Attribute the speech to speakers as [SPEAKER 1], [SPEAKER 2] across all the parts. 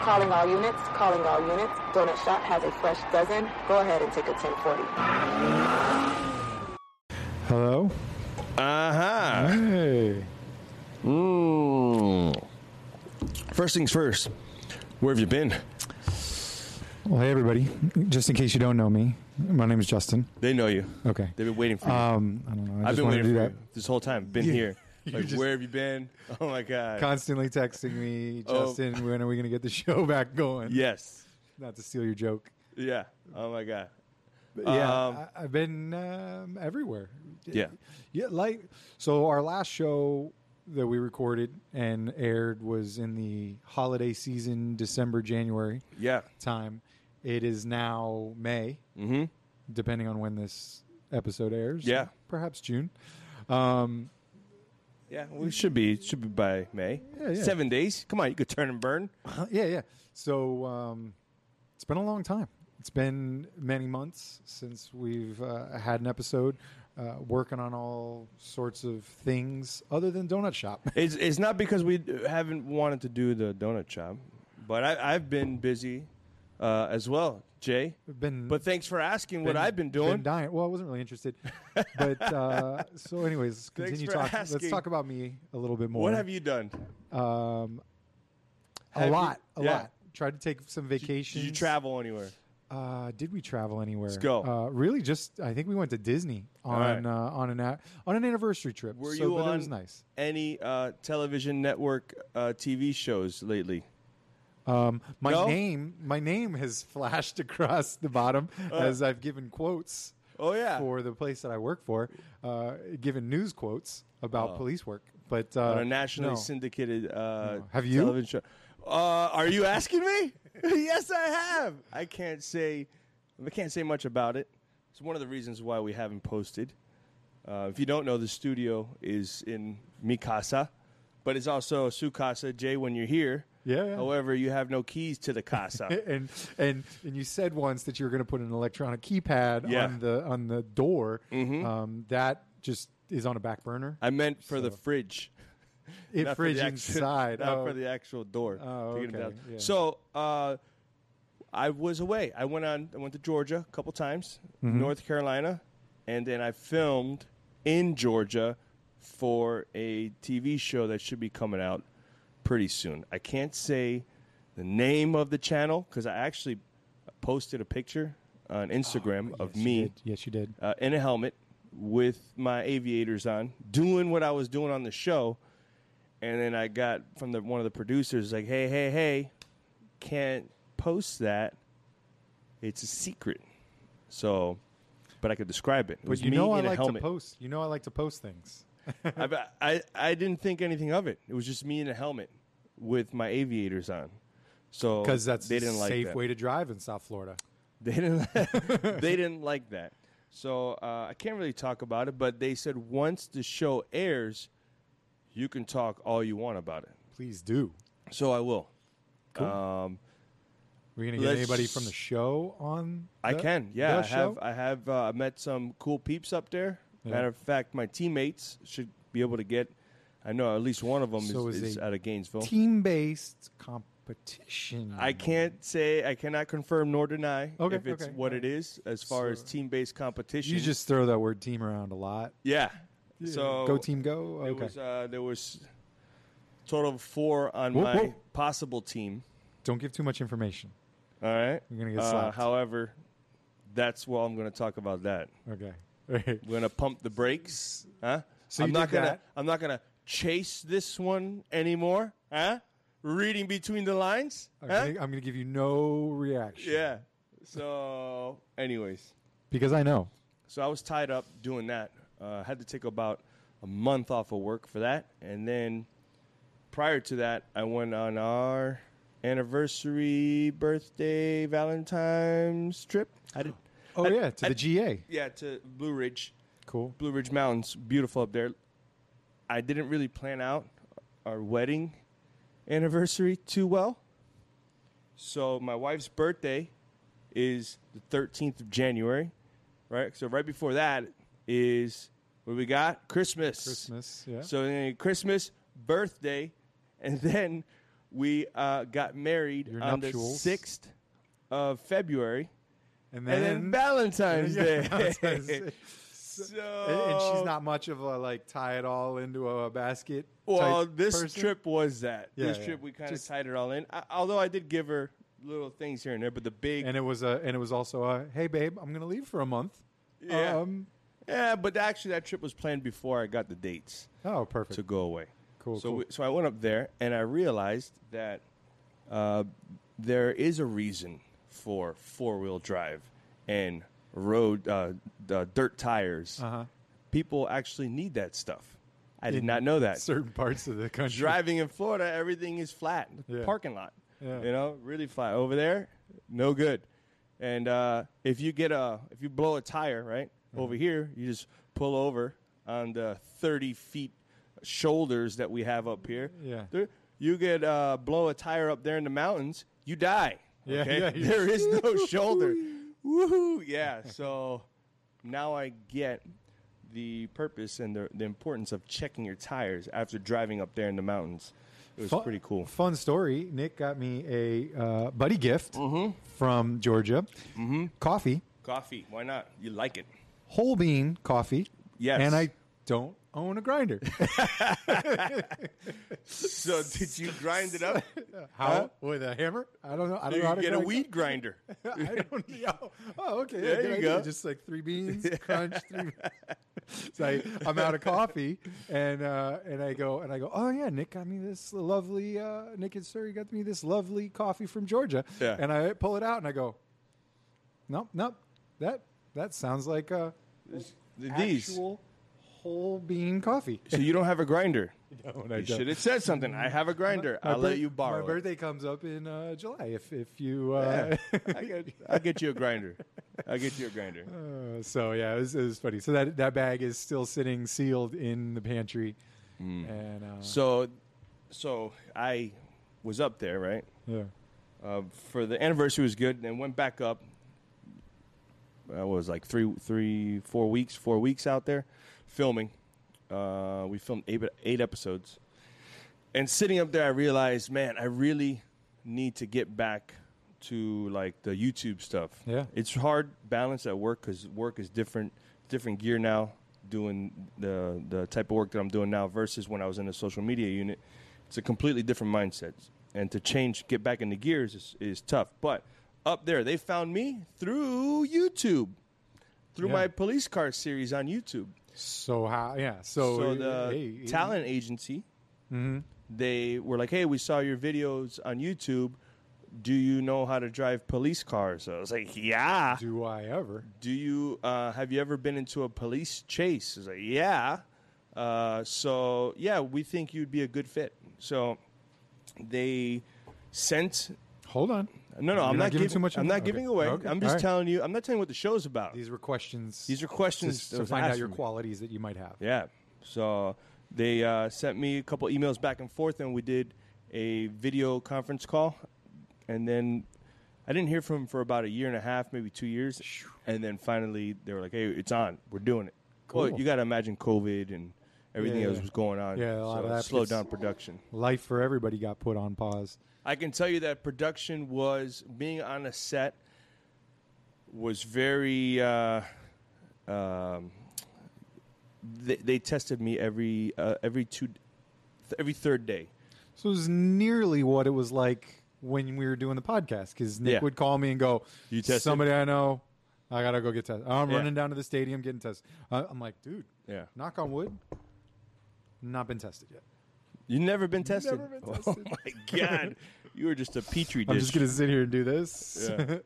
[SPEAKER 1] Calling all units, calling all units. Donut Shop has a fresh dozen. Go ahead and take a 1040.
[SPEAKER 2] Hello?
[SPEAKER 3] Uh huh.
[SPEAKER 2] Hey.
[SPEAKER 3] Mm. First things first. Where have you been?
[SPEAKER 2] Well, hey, everybody. Just in case you don't know me, my name is Justin.
[SPEAKER 3] They know you.
[SPEAKER 2] Okay.
[SPEAKER 3] They've been waiting for you.
[SPEAKER 2] Um, I don't know. I
[SPEAKER 3] I've
[SPEAKER 2] just
[SPEAKER 3] been
[SPEAKER 2] want to
[SPEAKER 3] waiting for
[SPEAKER 2] do
[SPEAKER 3] you
[SPEAKER 2] that.
[SPEAKER 3] this whole time. Been here. Like,
[SPEAKER 2] just-
[SPEAKER 3] where have you been? Oh my god.
[SPEAKER 2] Constantly texting me,
[SPEAKER 3] Oh.
[SPEAKER 2] Justin, when are we going to get the show back going?
[SPEAKER 3] yes.
[SPEAKER 2] Not to steal your joke.
[SPEAKER 3] Yeah. Oh my god.
[SPEAKER 2] But yeah,
[SPEAKER 3] Um,
[SPEAKER 2] I, I've been um, everywhere.
[SPEAKER 3] Yeah.
[SPEAKER 2] Yeah, like so our last show that we recorded and aired was in the holiday season, December, January
[SPEAKER 3] Yeah.
[SPEAKER 2] time. It is now May,
[SPEAKER 3] Mm-hmm.
[SPEAKER 2] depending on when this episode airs.
[SPEAKER 3] Yeah.
[SPEAKER 2] Perhaps June. Um,
[SPEAKER 3] Yeah. We should be should be by May.
[SPEAKER 2] Yeah, yeah.
[SPEAKER 3] Seven days. Come on, you could turn and burn.
[SPEAKER 2] yeah, yeah. So um, it's been a long time. It's been many months since we've uh, had an episode. Uh, working on all sorts of things other than donut shop.
[SPEAKER 3] It's it's not because we haven't wanted to do the donut shop, but I, I've been busy uh, as well, Jay.
[SPEAKER 2] been
[SPEAKER 3] But thanks for asking what
[SPEAKER 2] been-
[SPEAKER 3] I've been doing.
[SPEAKER 2] Been dying. Well, I wasn't really interested. But uh, so, anyways, let's
[SPEAKER 3] Thanks
[SPEAKER 2] continue
[SPEAKER 3] for
[SPEAKER 2] talking. Let's
[SPEAKER 3] asking.
[SPEAKER 2] talk about me a little bit more.
[SPEAKER 3] What have you done?
[SPEAKER 2] Um, a
[SPEAKER 3] Have you-
[SPEAKER 2] lot, a
[SPEAKER 3] yeah.
[SPEAKER 2] lot. Tried to take some
[SPEAKER 3] Did
[SPEAKER 2] vacations.
[SPEAKER 3] you travel anywhere?
[SPEAKER 2] Uh, did we travel anywhere? Let's
[SPEAKER 3] go.
[SPEAKER 2] Uh, really, just I think we went to Disney on
[SPEAKER 3] right.
[SPEAKER 2] uh, on an a- on an anniversary trip.
[SPEAKER 3] Were
[SPEAKER 2] so,
[SPEAKER 3] you
[SPEAKER 2] but
[SPEAKER 3] on
[SPEAKER 2] it was nice.
[SPEAKER 3] Any uh, television network uh, TV shows lately?
[SPEAKER 2] Um, my
[SPEAKER 3] No?
[SPEAKER 2] name, my name has flashed across the bottom as I've given quotes.
[SPEAKER 3] Oh, Uh. yeah.
[SPEAKER 2] for the place that I work for, uh, given news quotes about police work. But uh,
[SPEAKER 3] Oh. on a nationally
[SPEAKER 2] no.
[SPEAKER 3] syndicated uh,
[SPEAKER 2] Have you?
[SPEAKER 3] television show. Uh, are you asking me? yes, I have. I can't say I can't say much about it. It's one of the reasons why we haven't posted. Uh, if you don't know, the studio is in Mikasa, but it's also su casa. Jay, when you're here,
[SPEAKER 2] Yeah, yeah.
[SPEAKER 3] However, you have no keys to the casa.
[SPEAKER 2] and and and you said once that you were going to put an electronic keypad
[SPEAKER 3] Yeah. Mm-hmm.
[SPEAKER 2] on the on the door. Um, that just is on a back burner.
[SPEAKER 3] I meant for the fridge.
[SPEAKER 2] It
[SPEAKER 3] Not for
[SPEAKER 2] fridge
[SPEAKER 3] the actual-
[SPEAKER 2] inside.
[SPEAKER 3] not
[SPEAKER 2] Oh,
[SPEAKER 3] for the actual door.
[SPEAKER 2] Oh,
[SPEAKER 3] Taking it
[SPEAKER 2] okay,
[SPEAKER 3] down.
[SPEAKER 2] yeah.
[SPEAKER 3] So uh, I was away. I went on. I went to Georgia a couple times,
[SPEAKER 2] Mm-hmm.
[SPEAKER 3] North Carolina, and then I filmed in Georgia for a TV show that should be coming out pretty soon. I can't say the name of the channel because I actually posted a picture on Instagram of
[SPEAKER 2] Oh, yes, you
[SPEAKER 3] me
[SPEAKER 2] did. Yes, you did.
[SPEAKER 3] uh, in a helmet with my aviators on, doing what I was doing on the show. And then I got from the one of the producers like, "Hey, hey, hey, can't post that. It's a secret." So, but I could describe it. it
[SPEAKER 2] But
[SPEAKER 3] was
[SPEAKER 2] you
[SPEAKER 3] me
[SPEAKER 2] know I
[SPEAKER 3] in a
[SPEAKER 2] like to
[SPEAKER 3] helmet.
[SPEAKER 2] post. You know I like to post things.
[SPEAKER 3] I, I I didn't think anything of it. It was just me in a helmet with my aviators on. So
[SPEAKER 2] Because that's
[SPEAKER 3] Oh, they
[SPEAKER 2] a
[SPEAKER 3] didn't like
[SPEAKER 2] safe
[SPEAKER 3] that.
[SPEAKER 2] way to drive in South Florida.
[SPEAKER 3] They didn't. they didn't like that. So uh, I can't really talk about it. But they said once the show airs, you can talk all you want about it.
[SPEAKER 2] Please do.
[SPEAKER 3] So I will. Um,
[SPEAKER 2] We're gonna get
[SPEAKER 3] Let's-
[SPEAKER 2] anybody from the show on.
[SPEAKER 3] I
[SPEAKER 2] the-
[SPEAKER 3] can. Yeah,
[SPEAKER 2] the
[SPEAKER 3] I have.
[SPEAKER 2] show?
[SPEAKER 3] I have uh, met some cool peeps up there. Matter of fact, my teammates should be able to get. I know at least one of them
[SPEAKER 2] So
[SPEAKER 3] is,
[SPEAKER 2] is
[SPEAKER 3] is
[SPEAKER 2] a
[SPEAKER 3] out of Gainesville.
[SPEAKER 2] team-based competition.
[SPEAKER 3] I can't say. I cannot confirm nor deny
[SPEAKER 2] Okay,
[SPEAKER 3] if it's
[SPEAKER 2] okay,
[SPEAKER 3] what it is as far as team-based competition.
[SPEAKER 2] You just throw that word "team" around a lot.
[SPEAKER 3] yeah. So
[SPEAKER 2] go team, go.
[SPEAKER 3] There
[SPEAKER 2] Okay.
[SPEAKER 3] was uh, there was total of four on
[SPEAKER 2] Whoop,
[SPEAKER 3] my
[SPEAKER 2] whoop.
[SPEAKER 3] possible team.
[SPEAKER 2] Don't give too much information.
[SPEAKER 3] All right,
[SPEAKER 2] You're gonna get
[SPEAKER 3] Uh,
[SPEAKER 2] slapped.
[SPEAKER 3] however, that's what I'm going to talk about. That
[SPEAKER 2] Okay. Right.
[SPEAKER 3] we're going to pump the brakes, huh?
[SPEAKER 2] So
[SPEAKER 3] I'm
[SPEAKER 2] you
[SPEAKER 3] not
[SPEAKER 2] did
[SPEAKER 3] gonna
[SPEAKER 2] that.
[SPEAKER 3] I'm not going to chase this one anymore, huh? Reading between the lines,
[SPEAKER 2] I'm,
[SPEAKER 3] huh?
[SPEAKER 2] gonna, I'm gonna give you no reaction.
[SPEAKER 3] Yeah. So, anyways,
[SPEAKER 2] Because I know.
[SPEAKER 3] So I was tied up doing that. Uh, had to take about a month off of work for that, and then prior to that, I went on our anniversary, birthday, Valentine's trip. I did,
[SPEAKER 2] Oh
[SPEAKER 3] I-
[SPEAKER 2] yeah, to
[SPEAKER 3] I-
[SPEAKER 2] the GA.
[SPEAKER 3] yeah, to Blue Ridge,
[SPEAKER 2] Cool.
[SPEAKER 3] Blue Ridge Mountains, beautiful up there. I didn't really plan out our wedding anniversary too well. So my wife's birthday is the 13th of January, right? So right before that is what we got Christmas.
[SPEAKER 2] Christmas. Yeah.
[SPEAKER 3] So then Christmas, birthday, and then We uh, got married
[SPEAKER 2] Your
[SPEAKER 3] on
[SPEAKER 2] nuptials.
[SPEAKER 3] the 6th of February.
[SPEAKER 2] And
[SPEAKER 3] And,
[SPEAKER 2] then,
[SPEAKER 3] then Valentine's
[SPEAKER 2] Yeah,
[SPEAKER 3] Day.
[SPEAKER 2] I was gonna say.
[SPEAKER 3] so,
[SPEAKER 2] and, and she's not much of a like tie it all into a basket.
[SPEAKER 3] Well,
[SPEAKER 2] type
[SPEAKER 3] this
[SPEAKER 2] person.
[SPEAKER 3] trip was that.
[SPEAKER 2] Yeah,
[SPEAKER 3] this
[SPEAKER 2] yeah.
[SPEAKER 3] trip we kind of
[SPEAKER 2] Just-
[SPEAKER 3] tied it all in. I, although I did give her little things here and there, but the big
[SPEAKER 2] and it was a and it was also a hey babe, I'm gonna leave for a month.
[SPEAKER 3] yeah,
[SPEAKER 2] Um,
[SPEAKER 3] yeah. But actually, that trip was planned before I got the dates
[SPEAKER 2] oh, perfect.
[SPEAKER 3] to go away.
[SPEAKER 2] Cool,
[SPEAKER 3] So
[SPEAKER 2] cool.
[SPEAKER 3] We, so I went up there and I realized that uh, there is a reason for four wheel drive and road uh, the dirt tires.
[SPEAKER 2] Uh-huh.
[SPEAKER 3] People actually need that stuff. I did
[SPEAKER 2] In
[SPEAKER 3] not know that.
[SPEAKER 2] Certain parts of the country.
[SPEAKER 3] driving in Florida, everything is flat.
[SPEAKER 2] Yeah.
[SPEAKER 3] Parking lot,
[SPEAKER 2] Yeah.
[SPEAKER 3] you know, really flat. Over there, no good. And uh, if you get a, if you blow a tire, right
[SPEAKER 2] Uh-huh.
[SPEAKER 3] over here, you just pull over on the thirty feet shoulders that we have up here.
[SPEAKER 2] Yeah.
[SPEAKER 3] There- you get uh, blow a tire up there in the mountains, you die.
[SPEAKER 2] Yeah,
[SPEAKER 3] okay?
[SPEAKER 2] yeah, you-
[SPEAKER 3] there is no shoulder. Woohoo! Yeah. So now I get the purpose and the, the importance of checking your tires after driving up there in the mountains. It was
[SPEAKER 2] Fu-
[SPEAKER 3] pretty cool.
[SPEAKER 2] Fun story. Nick got me a uh, buddy gift
[SPEAKER 3] Mm-hmm.
[SPEAKER 2] from Georgia. Mm-hmm. Coffee,
[SPEAKER 3] Coffee, why not? You like it.
[SPEAKER 2] whole bean coffee.
[SPEAKER 3] Yes.
[SPEAKER 2] And I don't own a grinder.
[SPEAKER 3] So did you grind it up?
[SPEAKER 2] how with a hammer? I don't know. I don't
[SPEAKER 3] You
[SPEAKER 2] know how to
[SPEAKER 3] get a
[SPEAKER 2] grind
[SPEAKER 3] weed grinder.
[SPEAKER 2] coffee. I don't know. Oh, okay.
[SPEAKER 3] There
[SPEAKER 2] good
[SPEAKER 3] you
[SPEAKER 2] idea.
[SPEAKER 3] go.
[SPEAKER 2] Just like three beans, crunch. Three. it's like I'm out of coffee, and uh, and I go and I go. Oh yeah, Nick got me this lovely. Uh, Nick and Suri got me this lovely coffee from Georgia.
[SPEAKER 3] Yeah.
[SPEAKER 2] And I pull it out and I go, nope, nope. That that sounds like a
[SPEAKER 3] These.
[SPEAKER 2] actual whole bean coffee.
[SPEAKER 3] So you don't have a grinder.
[SPEAKER 2] No, I
[SPEAKER 3] Oh, You should have said something. I have a grinder.
[SPEAKER 2] My
[SPEAKER 3] I'll let
[SPEAKER 2] birth-
[SPEAKER 3] you borrow.
[SPEAKER 2] My
[SPEAKER 3] it.
[SPEAKER 2] birthday comes up in uh, July. If if you uh,
[SPEAKER 3] I get, I'll get you a grinder. I'll get you a grinder.
[SPEAKER 2] uh, so yeah, it was, it was funny. So that that bag is still sitting sealed in the pantry,
[SPEAKER 3] Mm.
[SPEAKER 2] and uh,
[SPEAKER 3] So, so I was up there, right?
[SPEAKER 2] yeah,
[SPEAKER 3] Uh, for the anniversary was good, and went back up. I was like three, three, four weeks, four weeks out there, filming. Uh, we filmed eight, eight episodes, and sitting up there, I realized, man, I really need to get back to like the YouTube stuff.
[SPEAKER 2] Yeah.
[SPEAKER 3] it's hard balance at work because work is different, different gear now. Doing the the type of work that I'm doing now versus when I was in the social media unit, it's a completely different mindset. And to change, get back into gears is, is tough. But up there, they found me through YouTube, through
[SPEAKER 2] Yeah.
[SPEAKER 3] my police car series on YouTube.
[SPEAKER 2] so how Oh, yeah, so,
[SPEAKER 3] So, the
[SPEAKER 2] hey,
[SPEAKER 3] talent agency,
[SPEAKER 2] Mhm.
[SPEAKER 3] they were like, "Hey, we saw your videos on YouTube. Do you know how to drive police cars?" I was like, "Yeah."
[SPEAKER 2] Do I ever?
[SPEAKER 3] Do you uh, have you ever been into a police chase? I was like, "Yeah." Uh, so yeah, we think you'd be a good fit. So they sent.
[SPEAKER 2] Hold on,
[SPEAKER 3] No, no,
[SPEAKER 2] You're
[SPEAKER 3] I'm
[SPEAKER 2] not
[SPEAKER 3] not
[SPEAKER 2] giving
[SPEAKER 3] giv-
[SPEAKER 2] too much
[SPEAKER 3] I'm
[SPEAKER 2] info?
[SPEAKER 3] not
[SPEAKER 2] Okay.
[SPEAKER 3] giving away.
[SPEAKER 2] Okay.
[SPEAKER 3] I'm
[SPEAKER 2] All
[SPEAKER 3] just
[SPEAKER 2] right.
[SPEAKER 3] telling you. I'm not telling you what the show's about.
[SPEAKER 2] these were questions.
[SPEAKER 3] These are questions
[SPEAKER 2] to,
[SPEAKER 3] that
[SPEAKER 2] to
[SPEAKER 3] was
[SPEAKER 2] find out
[SPEAKER 3] asked
[SPEAKER 2] your
[SPEAKER 3] of me.
[SPEAKER 2] qualities that you might have.
[SPEAKER 3] Yeah. So they uh, sent me a couple emails back and forth, and we did a video conference call. And then I didn't hear from 'em for about a year and a half, maybe two years. And then finally, they were like, "Hey, it's on. We're doing it." Well,
[SPEAKER 2] Cool.
[SPEAKER 3] you got to imagine COVID and everything
[SPEAKER 2] Yeah.
[SPEAKER 3] else was going on.
[SPEAKER 2] Yeah, a lot
[SPEAKER 3] so
[SPEAKER 2] of that
[SPEAKER 3] it slowed
[SPEAKER 2] gets-
[SPEAKER 3] down production.
[SPEAKER 2] Life for everybody got put on pause.
[SPEAKER 3] I can tell you that production was being on a set was very. Uh, um, they, they tested me every uh, every two, th- every third day.
[SPEAKER 2] So it was nearly what it was like when we were doing the podcast because Nick
[SPEAKER 3] Yeah.
[SPEAKER 2] would call me and go,
[SPEAKER 3] You tested?
[SPEAKER 2] somebody I know, I gotta go get tested. I'm
[SPEAKER 3] Yeah.
[SPEAKER 2] running down to the stadium getting tested." Uh, I'm like, "Dude,
[SPEAKER 3] Yeah,
[SPEAKER 2] knock on wood, not been tested yet.
[SPEAKER 3] you never been tested.
[SPEAKER 2] Never been
[SPEAKER 3] Oh
[SPEAKER 2] tested.
[SPEAKER 3] my god, you were just a petri dish.
[SPEAKER 2] I'm just gonna sit here and do this."
[SPEAKER 3] Yeah.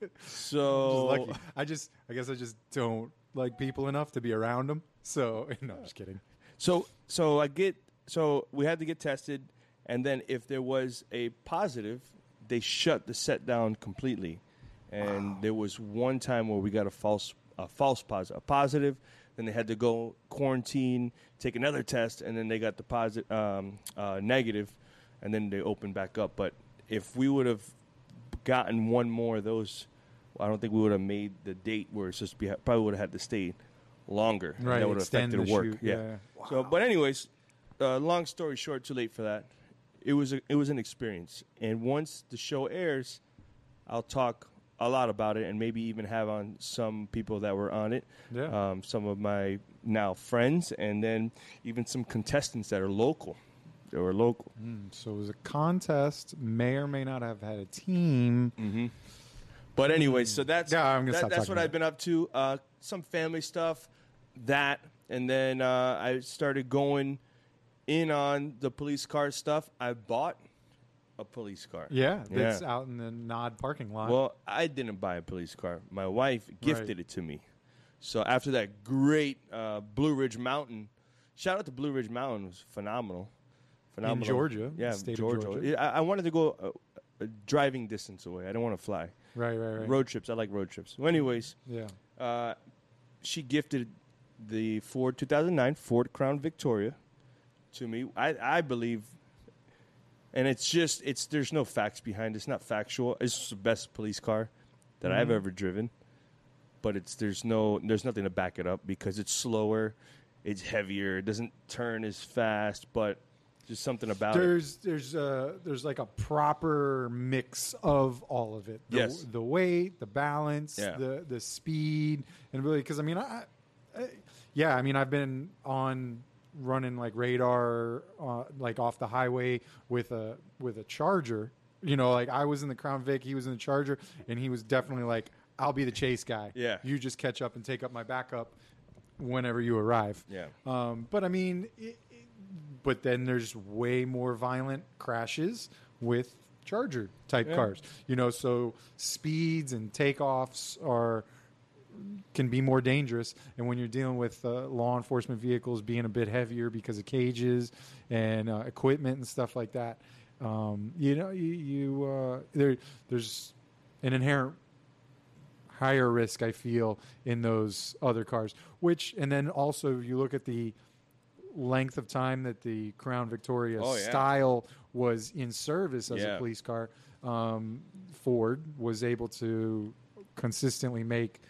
[SPEAKER 2] Just
[SPEAKER 3] so
[SPEAKER 2] lucky. Oh. I just, I guess, I just don't like people enough to be around them. So no, I'm just kidding.
[SPEAKER 3] So so I get so we had to get tested, and then if there was a positive, they shut the set down completely. And there was one time where we got a false a false positive, a positive. Then they had to go quarantine, take another test, and then they got the positive um, uh, negative, and then they opened back up. But if we would have gotten one more of those, I don't think we would have made the date where it's just be, probably would have had to stay longer. and
[SPEAKER 2] Right,
[SPEAKER 3] that would have
[SPEAKER 2] extend
[SPEAKER 3] affected
[SPEAKER 2] the
[SPEAKER 3] work.
[SPEAKER 2] shoot,
[SPEAKER 3] Yeah.
[SPEAKER 2] yeah.
[SPEAKER 3] So, but anyways, uh, long story short, too late for that. it was a, it was an experience. And once the show airs, I'll talk a lot about it and maybe even have on some people that were on it,
[SPEAKER 2] Yeah.
[SPEAKER 3] um, some of my now friends, and then even some contestants that are local. They were local.
[SPEAKER 2] Mm, so it was a contest. May or may not have had a team.
[SPEAKER 3] Mm. But anyway, so that's
[SPEAKER 2] Yeah, I'm gonna
[SPEAKER 3] that-
[SPEAKER 2] stop
[SPEAKER 3] that's
[SPEAKER 2] talking
[SPEAKER 3] what
[SPEAKER 2] about
[SPEAKER 3] I've been up to. Uh, some family stuff, that, and then uh, I started going in on the police car stuff. I bought a police car.
[SPEAKER 2] Yeah,
[SPEAKER 3] Yeah.
[SPEAKER 2] that's out in the Nod parking lot.
[SPEAKER 3] Well, I didn't buy a police car. My wife gifted
[SPEAKER 2] Right.
[SPEAKER 3] it to me. So after that great uh, Blue Ridge Mountain, shout out to Blue Ridge Mountain it was phenomenal. Phenomenal.
[SPEAKER 2] Georgia,
[SPEAKER 3] yeah,
[SPEAKER 2] the state of
[SPEAKER 3] Georgia.
[SPEAKER 2] Georgia.
[SPEAKER 3] Yeah, I, I wanted to go uh, uh, driving distance away. I don't want to fly.
[SPEAKER 2] right, right, right.
[SPEAKER 3] Road trips. I like road trips. Well, anyways,
[SPEAKER 2] Yeah.
[SPEAKER 3] uh, she gifted the Ford 2009 Ford Crown Victoria to me. I, I believe, and it's just it's there's no facts behind. it. It's not factual. It's just the best police car that I've ever driven, but it's there's no there's nothing to back it up because it's slower, it's heavier, it doesn't turn as fast, but just something about it.
[SPEAKER 2] There's there's uh there's like a proper mix of all of it. The,
[SPEAKER 3] Yes.
[SPEAKER 2] The weight, the balance,
[SPEAKER 3] Yeah.
[SPEAKER 2] the the speed, and really because I mean I, I, yeah, I mean I've been on running like radar, uh, like off the highway with a with a charger. You know, like I was in the Crown Vic, he was in the Charger, and he was definitely like, "I'll be the chase guy.
[SPEAKER 3] Yeah.
[SPEAKER 2] you just catch up and take up my backup whenever you arrive."
[SPEAKER 3] Yeah.
[SPEAKER 2] Um, but I mean, it, it- but then there's way more violent crashes with Charger type cars, you know. So speeds and takeoffs are can be more dangerous, and when you're dealing with uh, law enforcement vehicles being a bit heavier because of cages and uh, equipment and stuff like that, um, you know, you, you uh, there there's an inherent higher risk I feel in those other cars. Which and then also you look at the length of time that the Crown Victoria
[SPEAKER 3] Oh, yeah.
[SPEAKER 2] style was in service as
[SPEAKER 3] Yeah.
[SPEAKER 2] a police car. Um, Ford was able to consistently make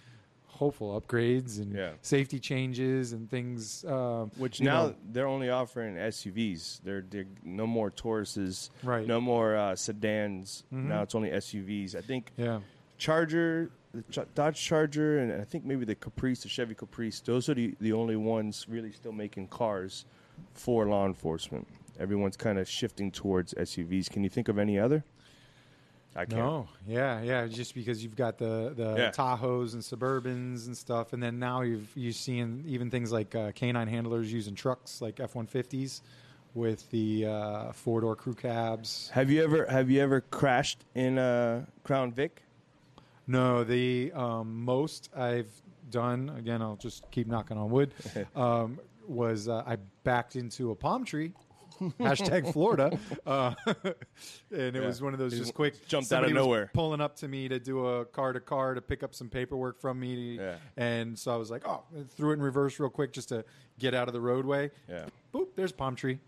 [SPEAKER 2] hopeful upgrades and
[SPEAKER 3] Yeah.
[SPEAKER 2] safety changes and things. Um,
[SPEAKER 3] Which
[SPEAKER 2] you
[SPEAKER 3] now
[SPEAKER 2] know,
[SPEAKER 3] they're only offering SUVs. They're, they're no more Tauruses,
[SPEAKER 2] Right. Mm-hmm.
[SPEAKER 3] No more uh, sedans. Now it's only SUVs. I think
[SPEAKER 2] yeah,
[SPEAKER 3] Charger, the Ch- Dodge Charger, and I think maybe the Caprice, the Chevy Caprice. Those are the, the only ones really still making cars for law enforcement. Everyone's kind of shifting towards SUVs. Can you think of any other? I can't.
[SPEAKER 2] No, yeah, yeah. Just because you've got the the
[SPEAKER 3] Yeah.
[SPEAKER 2] Tahoes and Suburbans and stuff, and then now you've you're seeing even things like uh, canine handlers using trucks like F one fifties with the uh, four door crew cabs.
[SPEAKER 3] Have you ever have you ever crashed in a Crown Vic?
[SPEAKER 2] No, the um, most I've done again. I'll just keep knocking on wood. Um, was uh, I backed into a palm tree. Hashtag Florida, uh, and it
[SPEAKER 3] Yeah.
[SPEAKER 2] was one of those
[SPEAKER 3] It
[SPEAKER 2] just quick
[SPEAKER 3] jumped out of
[SPEAKER 2] somebody was
[SPEAKER 3] nowhere.
[SPEAKER 2] pulling up to me to do a car to car to pick up some paperwork from me.
[SPEAKER 3] Yeah.
[SPEAKER 2] And so I was like, oh, and threw it in reverse real quick just to get out of the roadway.
[SPEAKER 3] Yeah.
[SPEAKER 2] Boop, there's a palm tree.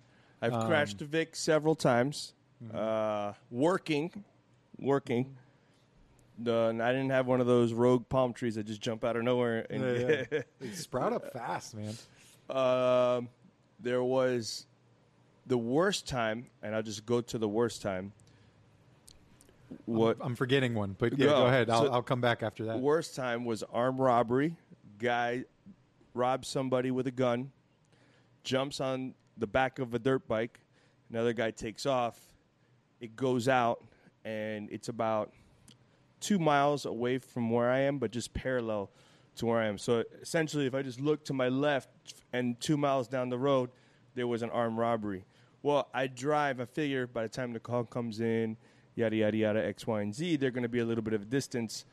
[SPEAKER 3] I've
[SPEAKER 2] Um,
[SPEAKER 3] crashed the Vic several times,
[SPEAKER 2] Mm-hmm.
[SPEAKER 3] uh, working, working. The, and I didn't have one of those rogue palm trees that just jump out of nowhere. And
[SPEAKER 2] Yeah, yeah. It sprout up fast, man.
[SPEAKER 3] um, there was the worst time, and I'll just go to the worst time. What
[SPEAKER 2] I'm forgetting one, but yeah,
[SPEAKER 3] Go.
[SPEAKER 2] go ahead. I'll,
[SPEAKER 3] So-
[SPEAKER 2] I'll come back after that.
[SPEAKER 3] worst time was armed robbery. Guy robs somebody with a gun, jumps on the back of a dirt bike. Another guy takes off. It goes out, and it's about two miles away from where I am, but just parallel to where I am. So essentially, if I just look to my left and two miles down the road, there was an armed robbery. Well, I drive, I figure by the time the call comes in, yada, yada, yada, X, Y, and Z, they're going to be a little bit of a distance.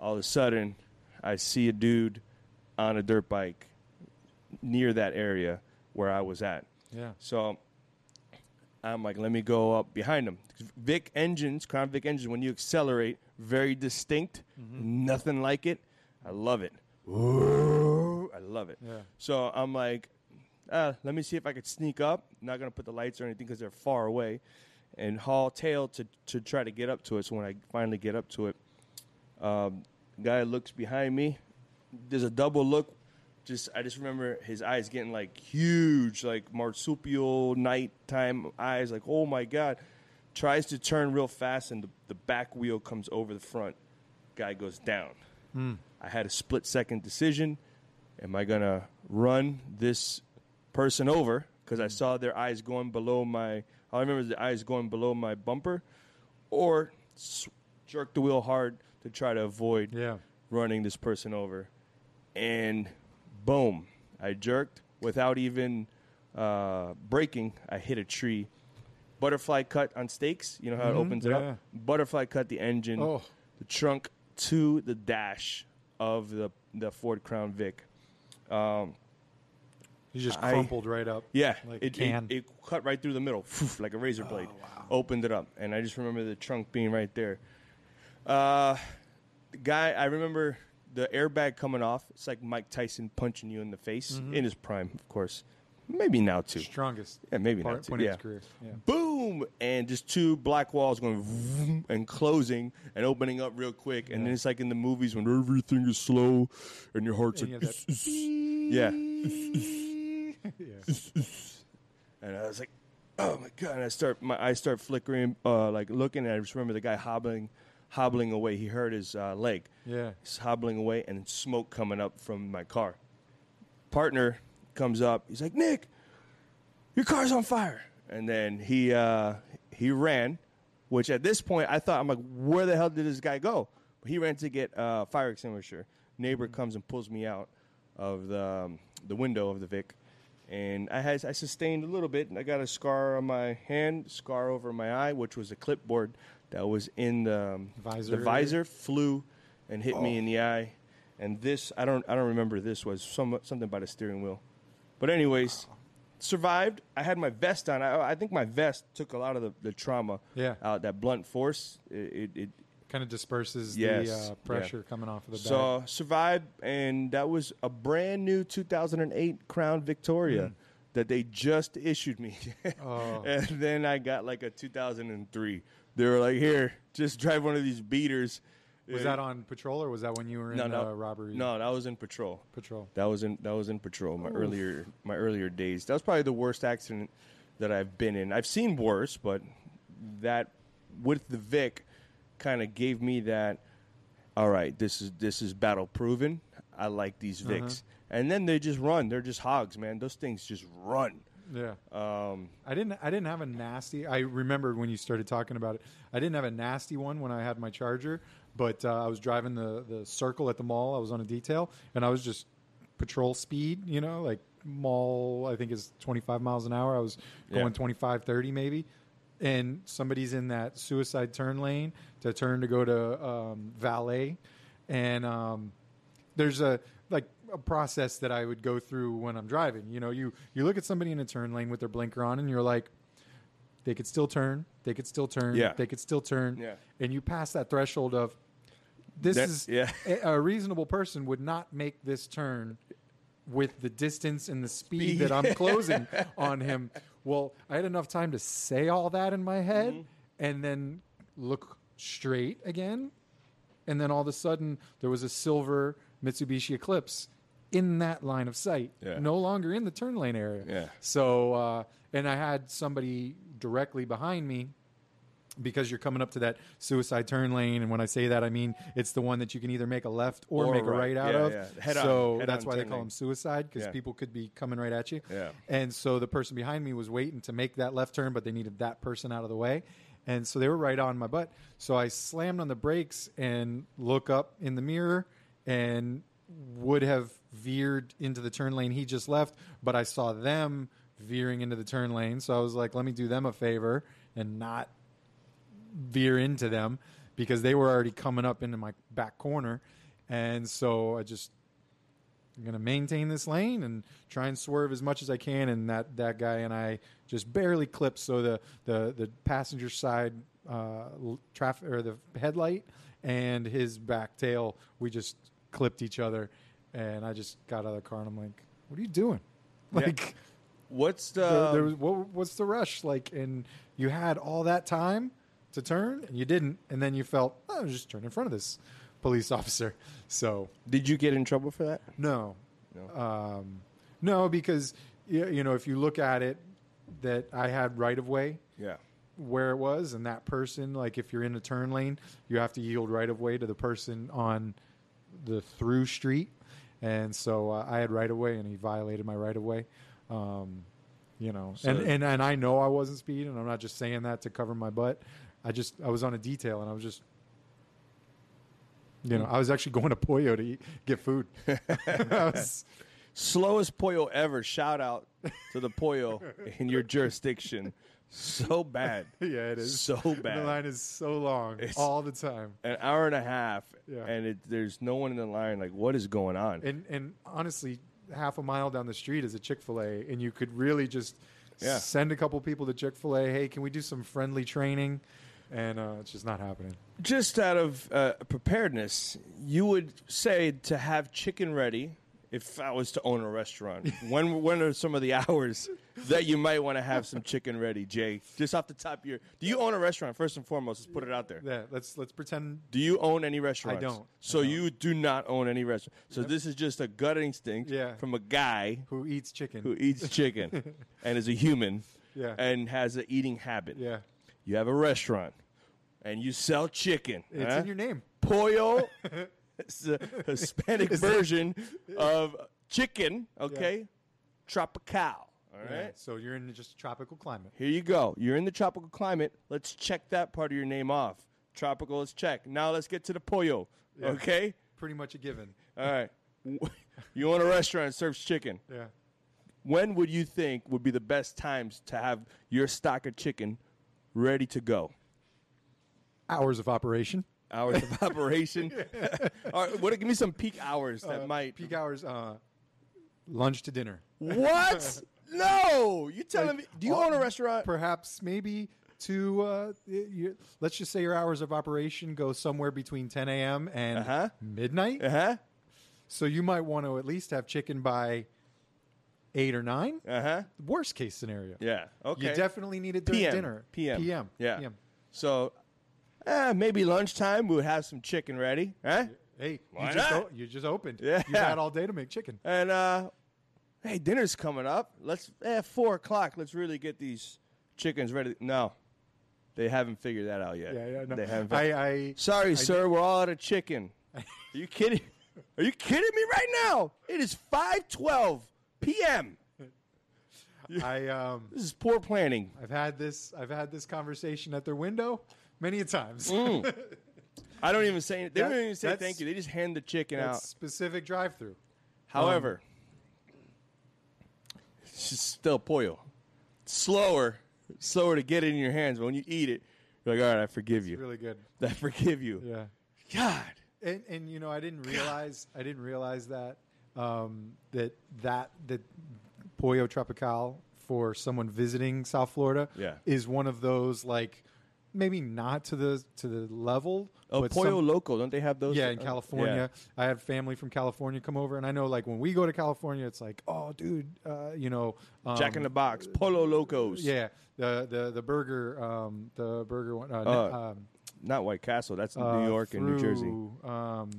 [SPEAKER 3] All of a sudden, I see a dude on a dirt bike near that area where I was at.
[SPEAKER 2] Yeah.
[SPEAKER 3] So I'm like, let me go up behind him. Vic engines, Crown Vic engines, when you accelerate, very distinct, nothing like it. I love it. Ooh, I love it.
[SPEAKER 2] Yeah.
[SPEAKER 3] So I'm like, uh, let me see if I could sneak up. Not gonna put the lights or anything because they're far away, and haul tail to to try to get up to it. So when I finally get up to it, um, guy looks behind me. There's a double look. just I just remember his eyes getting like huge, like marsupial nighttime eyes, like oh my god. Tries to turn real fast and the, the back wheel comes over the front. Guy goes down. I had a split second decision. Am I gonna run this person over? Because
[SPEAKER 2] Mm.
[SPEAKER 3] I saw their eyes going below my. All I remember is the eyes going below my bumper, or s- jerk the wheel hard to try to avoid
[SPEAKER 2] Yeah.
[SPEAKER 3] running this person over. And boom, I jerked without even uh, braking. I hit a tree. Butterfly cut on stakes. You know how it opens it
[SPEAKER 2] Mm-hmm. yeah.
[SPEAKER 3] up? Butterfly cut the engine,
[SPEAKER 2] Oh.
[SPEAKER 3] the trunk to the dash of the, the Ford Crown Vic.
[SPEAKER 2] You just
[SPEAKER 3] I-
[SPEAKER 2] crumpled right up.
[SPEAKER 3] Yeah,
[SPEAKER 2] Like
[SPEAKER 3] it, it,
[SPEAKER 2] can. Oh,
[SPEAKER 3] it cut right through the middle, phew, like a razor blade. Opened it up, and I just remember the trunk being right there. Uh, the guy, I remember the airbag coming off. It's like Mike Tyson punching you in the face
[SPEAKER 2] Mm-hmm.
[SPEAKER 3] in his prime, of course. Maybe now too.
[SPEAKER 2] Strongest.
[SPEAKER 3] Yeah, maybe
[SPEAKER 2] part,
[SPEAKER 3] not too,
[SPEAKER 2] Point of
[SPEAKER 3] yeah.
[SPEAKER 2] his career. Yeah.
[SPEAKER 3] Boom! And just two black walls going vroom and closing and opening up real quick. And then it's like in the movies when everything is slow and your heart's
[SPEAKER 2] And you
[SPEAKER 3] like,
[SPEAKER 2] have that
[SPEAKER 3] yeah.
[SPEAKER 2] yeah.
[SPEAKER 3] and I was like, "Oh my god!" And I start my eyes start flickering, uh, like looking. And I just remember the guy hobbling, hobbling away. He hurt his uh, leg.
[SPEAKER 2] Yeah.
[SPEAKER 3] he's hobbling away, and then smoke coming up from my car. Partner comes up. He's like, "Nick, your car's on fire!" And then he uh, he ran, which at this point I thought I'm like, "Where the hell did this guy go?" But he ran to get uh, fire extinguisher. Neighbor comes and pulls me out of the um, the window of the Vic, and I had I sustained a little bit, and I got a scar on my hand, scar over my eye, which was a clipboard that was in the um,
[SPEAKER 2] Visor.
[SPEAKER 3] The visor flew and hit me in the eye, and this I don't I don't remember this was some something about a steering wheel, but anyways. Survived. I had my vest on. I, I think my vest took a lot of the, the trauma
[SPEAKER 2] Yeah.
[SPEAKER 3] out. That blunt force. It, it, it
[SPEAKER 2] Kind of disperses
[SPEAKER 3] Yes,
[SPEAKER 2] the uh,
[SPEAKER 3] yeah.
[SPEAKER 2] pressure coming off of the
[SPEAKER 3] so survived, and that was a brand new 2008 Crown Victoria that they just issued me,
[SPEAKER 2] Mm. Oh.
[SPEAKER 3] and then I got like a 2003. They were like, "Here, just drive one of these beaters." Uh,
[SPEAKER 2] back. Was that on patrol or was that when you were in
[SPEAKER 3] no, no
[SPEAKER 2] uh, robbery?
[SPEAKER 3] No, that was in patrol.
[SPEAKER 2] Patrol.
[SPEAKER 3] That was in that was in patrol. My earlier my earlier days. That was probably the worst accident that I've been in. I've seen worse, but that with the Vic kind of gave me that. All right, this is this is battle proven. I like these
[SPEAKER 2] Uh-huh.
[SPEAKER 3] Vics, and then they just run. They're just hogs, man. Those things just run.
[SPEAKER 2] Yeah.
[SPEAKER 3] Um,
[SPEAKER 2] I didn't. I didn't have a nasty. I remembered when you started talking about it. I didn't have a nasty one when I had my Charger, but uh, I was driving the the circle at the mall. I was on a detail, and I was just patrol speed. You know, like mall. I think is twenty five miles an hour. I was
[SPEAKER 3] Yeah.
[SPEAKER 2] going twenty five thirty 25, 30 maybe, and somebody's in that suicide turn lane to turn to go to um, valet, and um, there's a like a process that I would go through when I'm driving. You know, you you look at somebody in a turn lane with their blinker on, and you're like, they could still turn, they could still turn,
[SPEAKER 3] Yeah.
[SPEAKER 2] they could still turn,
[SPEAKER 3] Yeah.
[SPEAKER 2] and you pass that threshold of this
[SPEAKER 3] That-
[SPEAKER 2] is
[SPEAKER 3] yeah.
[SPEAKER 2] a, a reasonable person would not make this turn with the distance and the speed that I'm closing on him. Well, I had enough time to say all that in my head
[SPEAKER 3] Mm-hmm.
[SPEAKER 2] and then look straight again. And then all of a sudden, there was a silver Mitsubishi Eclipse in that line of sight,
[SPEAKER 3] Yeah.
[SPEAKER 2] no longer in the turn lane area.
[SPEAKER 3] Yeah.
[SPEAKER 2] So, uh, and I had somebody directly behind me because you're coming up to that suicide turn lane. And when I say that, I mean it's the one that you can either make a left or,
[SPEAKER 3] Or a
[SPEAKER 2] make a
[SPEAKER 3] right.
[SPEAKER 2] right out
[SPEAKER 3] Yeah,
[SPEAKER 2] of.
[SPEAKER 3] yeah. Head on-
[SPEAKER 2] so
[SPEAKER 3] head
[SPEAKER 2] that's
[SPEAKER 3] on
[SPEAKER 2] why they
[SPEAKER 3] turn
[SPEAKER 2] call
[SPEAKER 3] lane.
[SPEAKER 2] them suicide because
[SPEAKER 3] Yeah.
[SPEAKER 2] people could be coming right at you.
[SPEAKER 3] Yeah.
[SPEAKER 2] And so the person behind me was waiting to make that left turn, but they needed that person out of the way. And so they were right on my butt. So I slammed on the brakes and look up in the mirror and would have veered into the turn lane he just left, but I saw them veering into the turn lane. So I was like, let me do them a favor and not veer into them because they were already coming up into my back corner. And so I just I'm going to maintain this lane and try and swerve as much as I can. And that, that guy and I just barely clipped. So the, the, the passenger side uh, traffic or the headlight and his back tail, we just clipped each other. And I just got out of the car and I'm like, what are you doing? Like,
[SPEAKER 3] what's the
[SPEAKER 2] there, there was what, what's the rush like? And you had all that time to turn and you didn't. And then you felt, oh, I'll just turn in front of this police officer. So
[SPEAKER 3] did you get in trouble for that?
[SPEAKER 2] no, Um, no, because y- you know if you look at it, that I had right of way
[SPEAKER 3] Yeah.
[SPEAKER 2] where it was, and that person, like if you're in the turn lane, you have to yield right of way to the person on the through street, and so uh, I had right of way, and he violated my right of way. Um, you know, and, and and I know I wasn't speeding. I'm not just saying that to cover my butt. I just I was on a detail, and I was just. You know, I was actually going to Pollo to eat, get food. I was-
[SPEAKER 3] Slowest pollo ever. Shout out to the pollo in your jurisdiction. So bad.
[SPEAKER 2] yeah, it is
[SPEAKER 3] So
[SPEAKER 2] The
[SPEAKER 3] bad.
[SPEAKER 2] line is so long
[SPEAKER 3] It's-
[SPEAKER 2] all the time.
[SPEAKER 3] An hour and a half,
[SPEAKER 2] Yeah.
[SPEAKER 3] and it, there's no one in the line. Like, what is going on?
[SPEAKER 2] and and honestly, half a mile down the street is a Chick Fil A, and you could really just
[SPEAKER 3] Yeah.
[SPEAKER 2] send a couple people to Chick Fil A. Hey, can we do some friendly training? And uh, it's just not happening.
[SPEAKER 3] just out of uh, preparedness, you would say to have chicken ready if I was to own a restaurant. when when are some of the hours that you might want to have some chicken ready, Jay? Just off the top of your, do you own a restaurant? First and foremost, let's put it out there.
[SPEAKER 2] Yeah, let's let's pretend.
[SPEAKER 3] Do you own any restaurants?
[SPEAKER 2] don't. I
[SPEAKER 3] So you do not own any restaurant. So this is just a gut instinct
[SPEAKER 2] Yeah.
[SPEAKER 3] from a guy
[SPEAKER 2] Who e-, eats chicken?
[SPEAKER 3] who eats chicken and is a human
[SPEAKER 2] Yeah.
[SPEAKER 3] and has an eating habit.
[SPEAKER 2] yeah,
[SPEAKER 3] You have a restaurant and you sell chicken.
[SPEAKER 2] it's
[SPEAKER 3] huh?
[SPEAKER 2] in your name.
[SPEAKER 3] pollo. it's the Hispanic version of chicken. Okay, tropical. All right.
[SPEAKER 2] Yeah, so you're in just a tropical climate.
[SPEAKER 3] Here you go. You're in the tropical climate. Let's check that part of your name off. Tropical is check. Now let's get to the pollo. Okay.
[SPEAKER 2] Pretty much a given.
[SPEAKER 3] All right. you own a restaurant that serves chicken.
[SPEAKER 2] Yeah.
[SPEAKER 3] When would you think would be the best times to have your stock of chicken ready to go?
[SPEAKER 2] Hours of operation.
[SPEAKER 3] Hours of operation. All right, what? Give me some peak hours that
[SPEAKER 2] Uh,
[SPEAKER 3] might
[SPEAKER 2] peak hours. Uh, lunch to dinner.
[SPEAKER 3] What? no, you telling me? Do you own a restaurant?
[SPEAKER 2] Perhaps maybe to uh, y- you, let's just say your hours of operation go somewhere between 10 a.m. and
[SPEAKER 3] Uh-huh.
[SPEAKER 2] midnight.
[SPEAKER 3] Uh huh.
[SPEAKER 2] So you might want to at least have chicken by eight or nine.
[SPEAKER 3] Uh huh.
[SPEAKER 2] Worst case scenario.
[SPEAKER 3] Yeah. Okay.
[SPEAKER 2] You definitely need it during
[SPEAKER 3] PM.
[SPEAKER 2] dinner.
[SPEAKER 3] PM.
[SPEAKER 2] PM.
[SPEAKER 3] Yeah.
[SPEAKER 2] PM.
[SPEAKER 3] So, eh, maybe lunchtime we would have some chicken ready, huh?
[SPEAKER 2] Hey,
[SPEAKER 3] Why
[SPEAKER 2] you just
[SPEAKER 3] not?
[SPEAKER 2] o- you just opened.
[SPEAKER 3] Yeah.
[SPEAKER 2] You had all day to make chicken.
[SPEAKER 3] And uh, hey, dinner's coming up. Let's eh, four o'clock. Let's really get these chickens ready. No, they haven't figured that out yet.
[SPEAKER 2] Yeah, yeah. No.
[SPEAKER 3] They haven't.
[SPEAKER 2] I, I
[SPEAKER 3] Sorry, sir, we're all out of chicken. Are you kidding? Are you kidding me right now? It is five twelve p.m.
[SPEAKER 2] I um
[SPEAKER 3] This is poor planning.
[SPEAKER 2] I've had this I've had this conversation at their window many a times.
[SPEAKER 3] Mm. I don't even say they
[SPEAKER 2] That-
[SPEAKER 3] don't even say
[SPEAKER 2] that's-
[SPEAKER 3] thank you. They just hand the chicken
[SPEAKER 2] That's um,
[SPEAKER 3] out.
[SPEAKER 2] specific drive through.
[SPEAKER 3] However, it's just still pollo. Slower, slower to get it in your hands. But when you eat it, you're like, all right, I forgive you.
[SPEAKER 2] Really good.
[SPEAKER 3] I forgive you.
[SPEAKER 2] Yeah.
[SPEAKER 3] God,
[SPEAKER 2] and and you know I didn't realize I didn't realize that um, that that that Pollo Tropical for someone visiting South Florida
[SPEAKER 3] Yeah.
[SPEAKER 2] is one of those like maybe not to the to the level
[SPEAKER 3] oh,
[SPEAKER 2] but
[SPEAKER 3] pollo
[SPEAKER 2] some-
[SPEAKER 3] loco. Don't they have those?
[SPEAKER 2] yeah in
[SPEAKER 3] uh,
[SPEAKER 2] California I had family from California come over and I know like when we go to California it's like oh dude uh, you know um,
[SPEAKER 3] yeah. Jack in the Box, pollo locos.
[SPEAKER 2] yeah the the the burger um, the burger one uh,
[SPEAKER 3] Uh,
[SPEAKER 2] um,
[SPEAKER 3] not White Castle. That's in
[SPEAKER 2] uh,
[SPEAKER 3] New York and New Jersey.
[SPEAKER 2] through, um,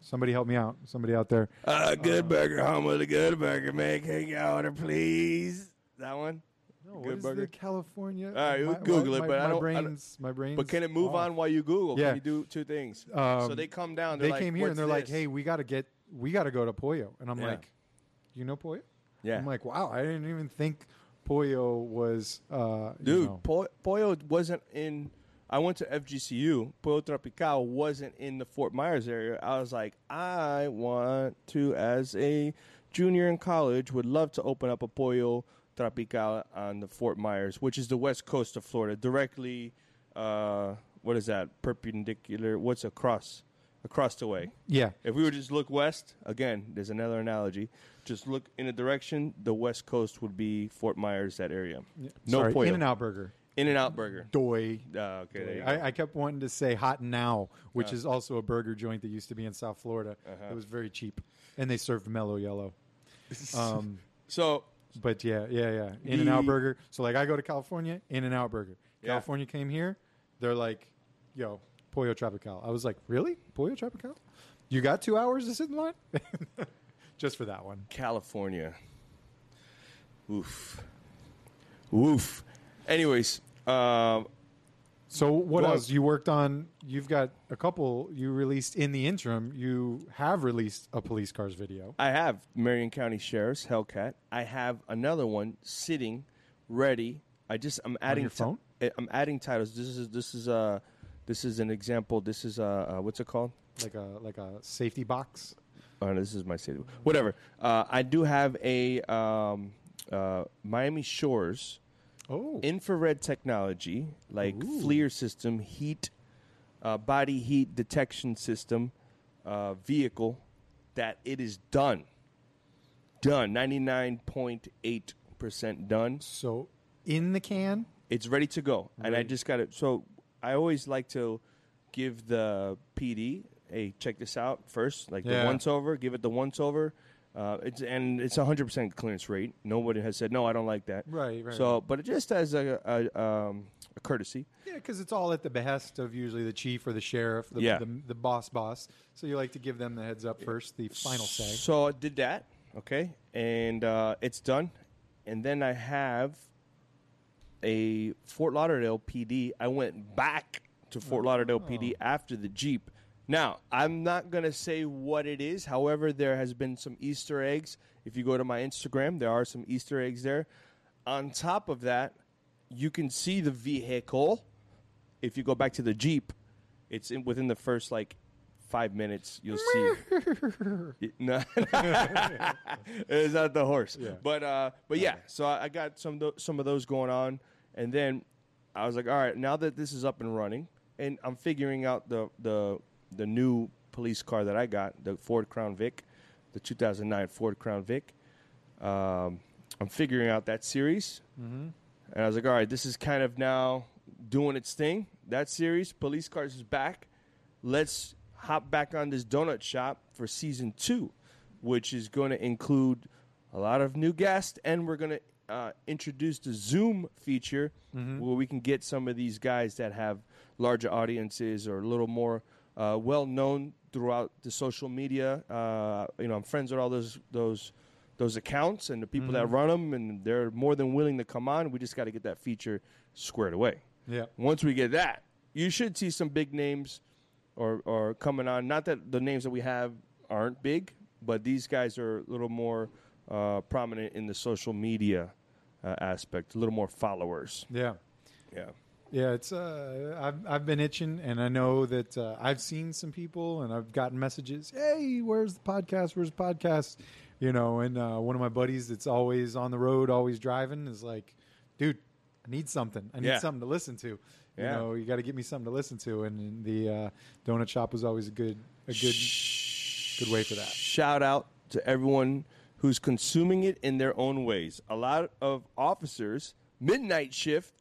[SPEAKER 2] somebody help me out somebody out there
[SPEAKER 3] Uh, good burger, home of the good burger, man. Can you order, please? That one.
[SPEAKER 2] No,
[SPEAKER 3] Good
[SPEAKER 2] what is
[SPEAKER 3] burger.
[SPEAKER 2] the California? All
[SPEAKER 3] right, we'll Google it,
[SPEAKER 2] my,
[SPEAKER 3] but
[SPEAKER 2] my
[SPEAKER 3] I don't- I don't-
[SPEAKER 2] brains, my brains.
[SPEAKER 3] But can it move on while you Google?
[SPEAKER 2] Yeah.
[SPEAKER 3] Can you do two things? so
[SPEAKER 2] Um,
[SPEAKER 3] they come down.
[SPEAKER 2] They
[SPEAKER 3] they're like,
[SPEAKER 2] came here
[SPEAKER 3] "What's
[SPEAKER 2] and they're like,
[SPEAKER 3] this?"
[SPEAKER 2] "Hey, we got to get, we got to go to Pollo," and I'm
[SPEAKER 3] Yeah.
[SPEAKER 2] like, "You know Pollo?"
[SPEAKER 3] Yeah.
[SPEAKER 2] I'm like, "Wow, I didn't even think Pollo was." Uh, you
[SPEAKER 3] dude,
[SPEAKER 2] know."
[SPEAKER 3] Po- Pollo wasn't in. I went to FGCU. Pollo Tropical wasn't in the Fort Myers area. I was like, I want to, as a junior in college, would love to open up a Pollo Tropical on the Fort Myers, which is the west coast of Florida, directly. Uh, what is that? Perpendicular. What's across? Across the way.
[SPEAKER 2] yeah,
[SPEAKER 3] If we were to just look west, again, there's another analogy. Just look in a direction, the west coast would be Fort Myers, that area. No
[SPEAKER 2] sorry,
[SPEAKER 3] pollo.
[SPEAKER 2] In and Out Burger,
[SPEAKER 3] In and out burger.
[SPEAKER 2] Doy.
[SPEAKER 3] Uh, okay, there you go. Uh-huh.
[SPEAKER 2] I, I kept wanting to say Hot Now, which is also a burger joint that used to be in South Florida. It was very cheap, and they served mellow yellow. Um,
[SPEAKER 3] so
[SPEAKER 2] But yeah, yeah, yeah. In and Out
[SPEAKER 3] The-
[SPEAKER 2] Burger. So like I go to California, In and Out Burger.
[SPEAKER 3] Yeah.
[SPEAKER 2] California came here, they're like, yo, Pollo Tropical. I was like, really? Pollo Tropical? You got two hours to sit in line? just for that one.
[SPEAKER 3] California. Woof. Woof. Anyways, um,
[SPEAKER 2] So what
[SPEAKER 3] Well-
[SPEAKER 2] else you worked on? You've got a couple you released in the interim. You have released a police cars video.
[SPEAKER 3] I have Marion County Sheriff's Hellcat. I have another one sitting, ready. I just I'm adding
[SPEAKER 2] your
[SPEAKER 3] ti-
[SPEAKER 2] phone?
[SPEAKER 3] I- I'm adding titles. This is this is uh this is an example. This is uh, uh what's it called?
[SPEAKER 2] like a like a safety box.
[SPEAKER 3] Oh, no, this is my city. Whatever. Uh, I do have a um, uh, Miami Shores
[SPEAKER 2] Oh,
[SPEAKER 3] infrared technology, like FLIR system, heat, uh, body heat detection system, uh, vehicle, that it is done. Done. 99.8% done.
[SPEAKER 2] so in the can.
[SPEAKER 3] It's ready to go. And I just got it. So I always like to give the PD, hey, check this out first, like
[SPEAKER 2] Yeah.
[SPEAKER 3] the once over, give it the once over. Uh, it's and it's 100% clearance rate. Nobody has said no. I don't like that.
[SPEAKER 2] Right, right,
[SPEAKER 3] So, but it just as a, a, um, a courtesy,
[SPEAKER 2] Yeah, because it's all at the behest of usually the chief or the sheriff, the,
[SPEAKER 3] Yeah.
[SPEAKER 2] the, the boss, boss. So you like to give them the heads up first, the final say.
[SPEAKER 3] So I did that, okay, and uh, it's done. And then I have a Fort Lauderdale PD. I went back to Fort Lauderdale PD
[SPEAKER 2] Oh.
[SPEAKER 3] after the Jeep. Now, I'm not going to say what it is. However, there has been some Easter eggs. If you go to my Instagram, there are some Easter eggs there. On top of that, you can see the vehicle. If you go back to the Jeep, it's in, within the first like 5 minutes you'll see it. Y- No, it's not the horse. But uh, but yeah. So I, I got some tho- some of those going on, and then I was like, all right, now that this is up and running, and I'm figuring out the the the new police car that I got, the Ford Crown Vic, the 2009 Ford Crown Vic. Um, I'm figuring out that series, and I was like, all right, this is kind of now doing its thing. That series, Police Cars is back. Let's hop back on this donut shop for season two, which is going to include a lot of new guests, and we're going to uh, introduce the Zoom feature where we can get some of these guys that have larger audiences or a little more uh, well known throughout the social media. Uh, you know, I'm friends with all those those those accounts and the people that run them, and they're more than willing to come on. We just got to get that feature squared away.
[SPEAKER 2] Yeah.
[SPEAKER 3] Once we get that, you should see some big names or or coming on. Not that the names that we have aren't big, but these guys are a little more uh, prominent in the social media uh, aspect, a little more followers.
[SPEAKER 2] Yeah.
[SPEAKER 3] Yeah.
[SPEAKER 2] Yeah, it's uh, I've I've been itching, and I know that uh, I've seen some people, and I've gotten messages. Hey, where's the podcast? Where's the podcast? You know, and uh, one of my buddies that's always on the road, always driving, is like, dude, I need something. I need
[SPEAKER 3] Yeah.
[SPEAKER 2] something to listen to.
[SPEAKER 3] Yeah.
[SPEAKER 2] You know, you got to give me something to listen to, and the uh, donut shop was always a good a good good way for that.
[SPEAKER 3] Shout out to everyone who's consuming it in their own ways. A lot of officers, midnight shift,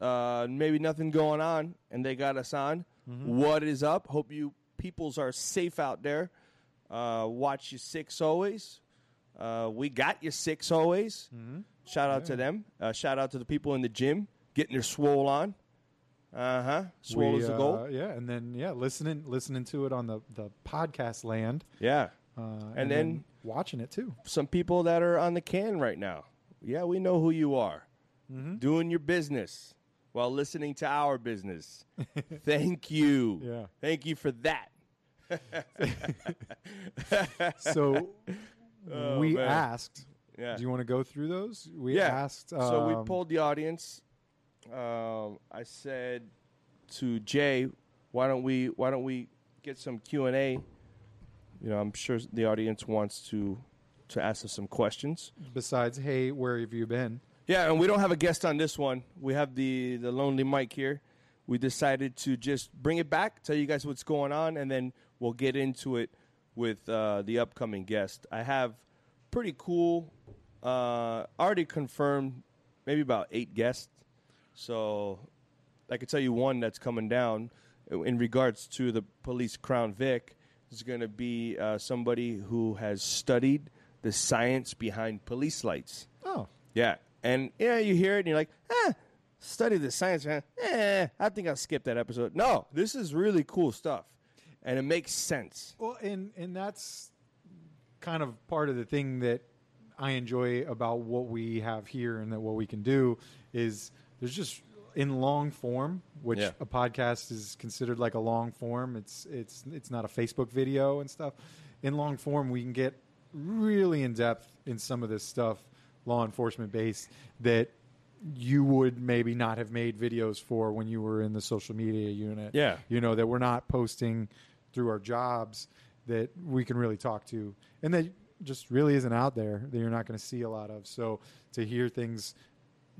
[SPEAKER 3] uh, maybe nothing going on, and they got us on.
[SPEAKER 2] Mm-hmm.
[SPEAKER 3] What is up? Hope you peoples are safe out there. Uh, watch your six always. Uh, we got your six always.
[SPEAKER 2] Mm-hmm.
[SPEAKER 3] Shout out to them. Uh, shout out to the people in the gym getting their swole on. Uh huh. Swole
[SPEAKER 2] We,
[SPEAKER 3] is the
[SPEAKER 2] uh,
[SPEAKER 3] goal.
[SPEAKER 2] yeah, and then yeah, listening listening to it on the the podcast land,
[SPEAKER 3] Yeah.
[SPEAKER 2] uh,
[SPEAKER 3] And then-
[SPEAKER 2] watching it too.
[SPEAKER 3] some people that are on the can right now. Yeah, we know who you are.
[SPEAKER 2] Mm-hmm.
[SPEAKER 3] Doing your business while listening to our business. Thank you.
[SPEAKER 2] Yeah.
[SPEAKER 3] Thank you for that.
[SPEAKER 2] so we
[SPEAKER 3] Oh, man.
[SPEAKER 2] asked.
[SPEAKER 3] Yeah.
[SPEAKER 2] Do you want to go through those? We
[SPEAKER 3] yeah.
[SPEAKER 2] asked. Um,
[SPEAKER 3] so we pulled the audience. Um, I said to Jay, "Why don't we? Why don't we get some Q and A? You know, I'm sure the audience wants to to ask us some questions.
[SPEAKER 2] Besides, hey, where have you been?
[SPEAKER 3] Yeah, and we don't have a guest on this one. We have the the lonely Mike here. We decided to just bring it back, tell you guys what's going on, and then we'll get into it with uh, the upcoming guest. I have pretty cool, uh, already confirmed, maybe about eight guests. So I could tell you one that's coming down in regards to the police Crown Vic is going to be uh, somebody who has studied the science behind police lights.
[SPEAKER 2] Oh,
[SPEAKER 3] Yeah. And yeah, you hear it and you're like, ah, study the science, man. Eh, I think I'll skip that episode. No, this is really cool stuff. And it makes sense.
[SPEAKER 2] well, and and that's kind of part of the thing that I enjoy about what we have here and that what we can do is there's just in long form, which
[SPEAKER 3] Yeah.
[SPEAKER 2] a podcast is considered like a long form. It's it's it's not a Facebook video and stuff. In long form, we can get really in depth in some of this stuff, law enforcement based that you would maybe not have made videos for when you were in the social media unit
[SPEAKER 3] Yeah.
[SPEAKER 2] you know that we're not posting through our jobs that we can really talk to and that just really isn't out there that you're not going to see a lot of so to hear things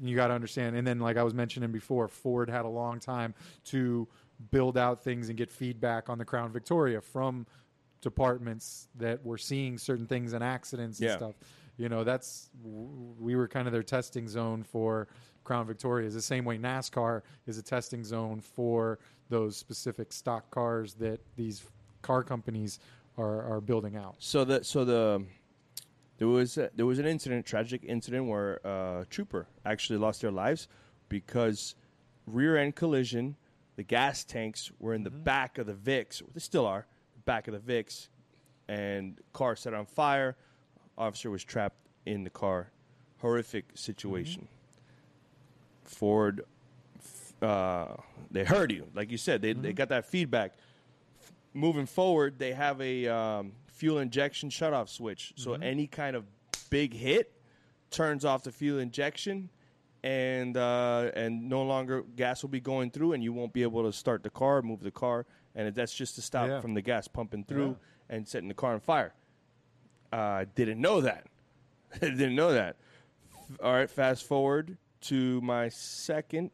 [SPEAKER 2] you got to understand and then like i was mentioning before ford had a long time to build out things and get feedback on the crown victoria from departments that were seeing certain things and accidents and
[SPEAKER 3] Yeah.
[SPEAKER 2] stuff you know that's w- we were kind of their testing zone for crown victorias the same way nascar is a testing zone for those specific stock cars that these car companies are, are building out
[SPEAKER 3] So the so the there was a, there was an incident, tragic incident where uh, a trooper actually lost their lives because rear end collision. The gas tanks were in the back of the VIX. They still are the back of the VIX, and car set on fire. Officer was trapped in the car. Horrific situation. Ford, f- uh, they heard you, like you said. They
[SPEAKER 2] Mm-hmm.
[SPEAKER 3] they got that feedback moving forward, they have a um, fuel injection shutoff switch. So
[SPEAKER 2] Mm-hmm.
[SPEAKER 3] any kind of big hit turns off the fuel injection, and uh, and no longer gas will be going through, and you won't be able to start the car, move the car, and that's just to stop
[SPEAKER 2] Yeah.
[SPEAKER 3] from the gas pumping through and setting the car on fire. Uh, didn't know that. didn't know that. All right, fast forward to my second,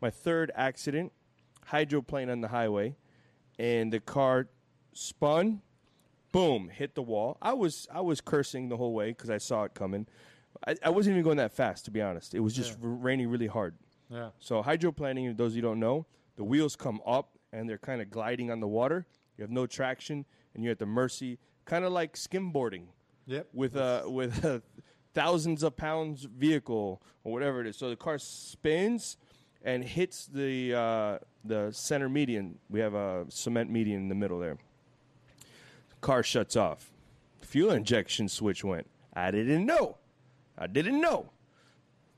[SPEAKER 3] my third accident, hydroplane on the highway, and the car spun, boom, hit the wall. I was I was cursing the whole way because I saw it coming. I, I wasn't even going that fast to be honest. It was just r- raining really hard.
[SPEAKER 2] yeah
[SPEAKER 3] So hydroplaning, those you don't know, the wheels come up and they're kind of gliding on the water. You have no traction and you're at the mercy, kind of like skimboarding
[SPEAKER 2] yep
[SPEAKER 3] with a with a thousands of pounds vehicle or whatever it is. So the car spins and hits the uh, the center median. We have a cement median in the middle there. Car shuts off. Fuel injection switch went. I didn't know. I didn't know.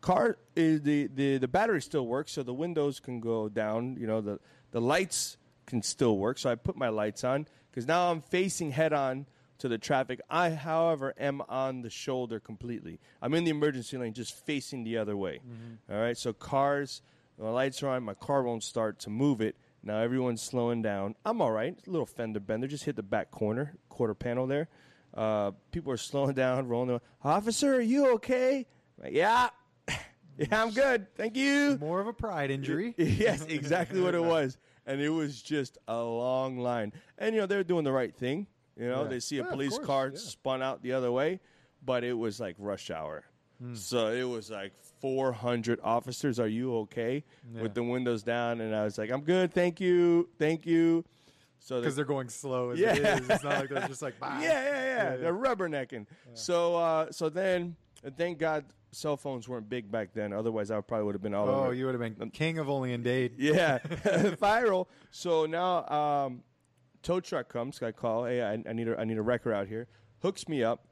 [SPEAKER 3] Car is the, the the battery still works, so the windows can go down. You know the the lights can still work. So I put my lights on because now I'm facing head on to the traffic. I, however, am on the shoulder completely. I'm in the emergency lane, just facing the other way. All right. So cars, my lights are on. My car won't start to move it. Now everyone's slowing down. I'm all right. A little fender bender. Just hit the back corner, quarter panel there. Uh, people are slowing down, rolling. Their, Officer, are you okay? Like, yeah. yeah, I'm good. Thank you.
[SPEAKER 2] more of a pride injury
[SPEAKER 3] Yes, exactly what it was. And it was just a long line. And you know, they're doing the right thing. You know,
[SPEAKER 2] Yeah.
[SPEAKER 3] they see a
[SPEAKER 2] Yeah, of
[SPEAKER 3] police
[SPEAKER 2] course,
[SPEAKER 3] car
[SPEAKER 2] yeah.
[SPEAKER 3] spun out the other way, but it was like rush hour.
[SPEAKER 2] Hmm.
[SPEAKER 3] So it was like 400 officers. Are you okay?
[SPEAKER 2] Yeah.
[SPEAKER 3] With the windows down, and I was like, "I'm good, thank you, thank you." So they
[SPEAKER 2] because they're going slow as
[SPEAKER 3] Yeah.
[SPEAKER 2] it is. It's not like they're just like Bye.
[SPEAKER 3] yeah, yeah, yeah. They're rubbernecking. So, uh, so then, and thank God, cell phones weren't big back then. Otherwise, I probably would have been all
[SPEAKER 2] oh
[SPEAKER 3] over.
[SPEAKER 2] you would have been king of only and dade
[SPEAKER 3] Yeah, viral. So now, um, tow truck comes. I call. Hey, I, I need a I need a wrecker out here. Hooks me up,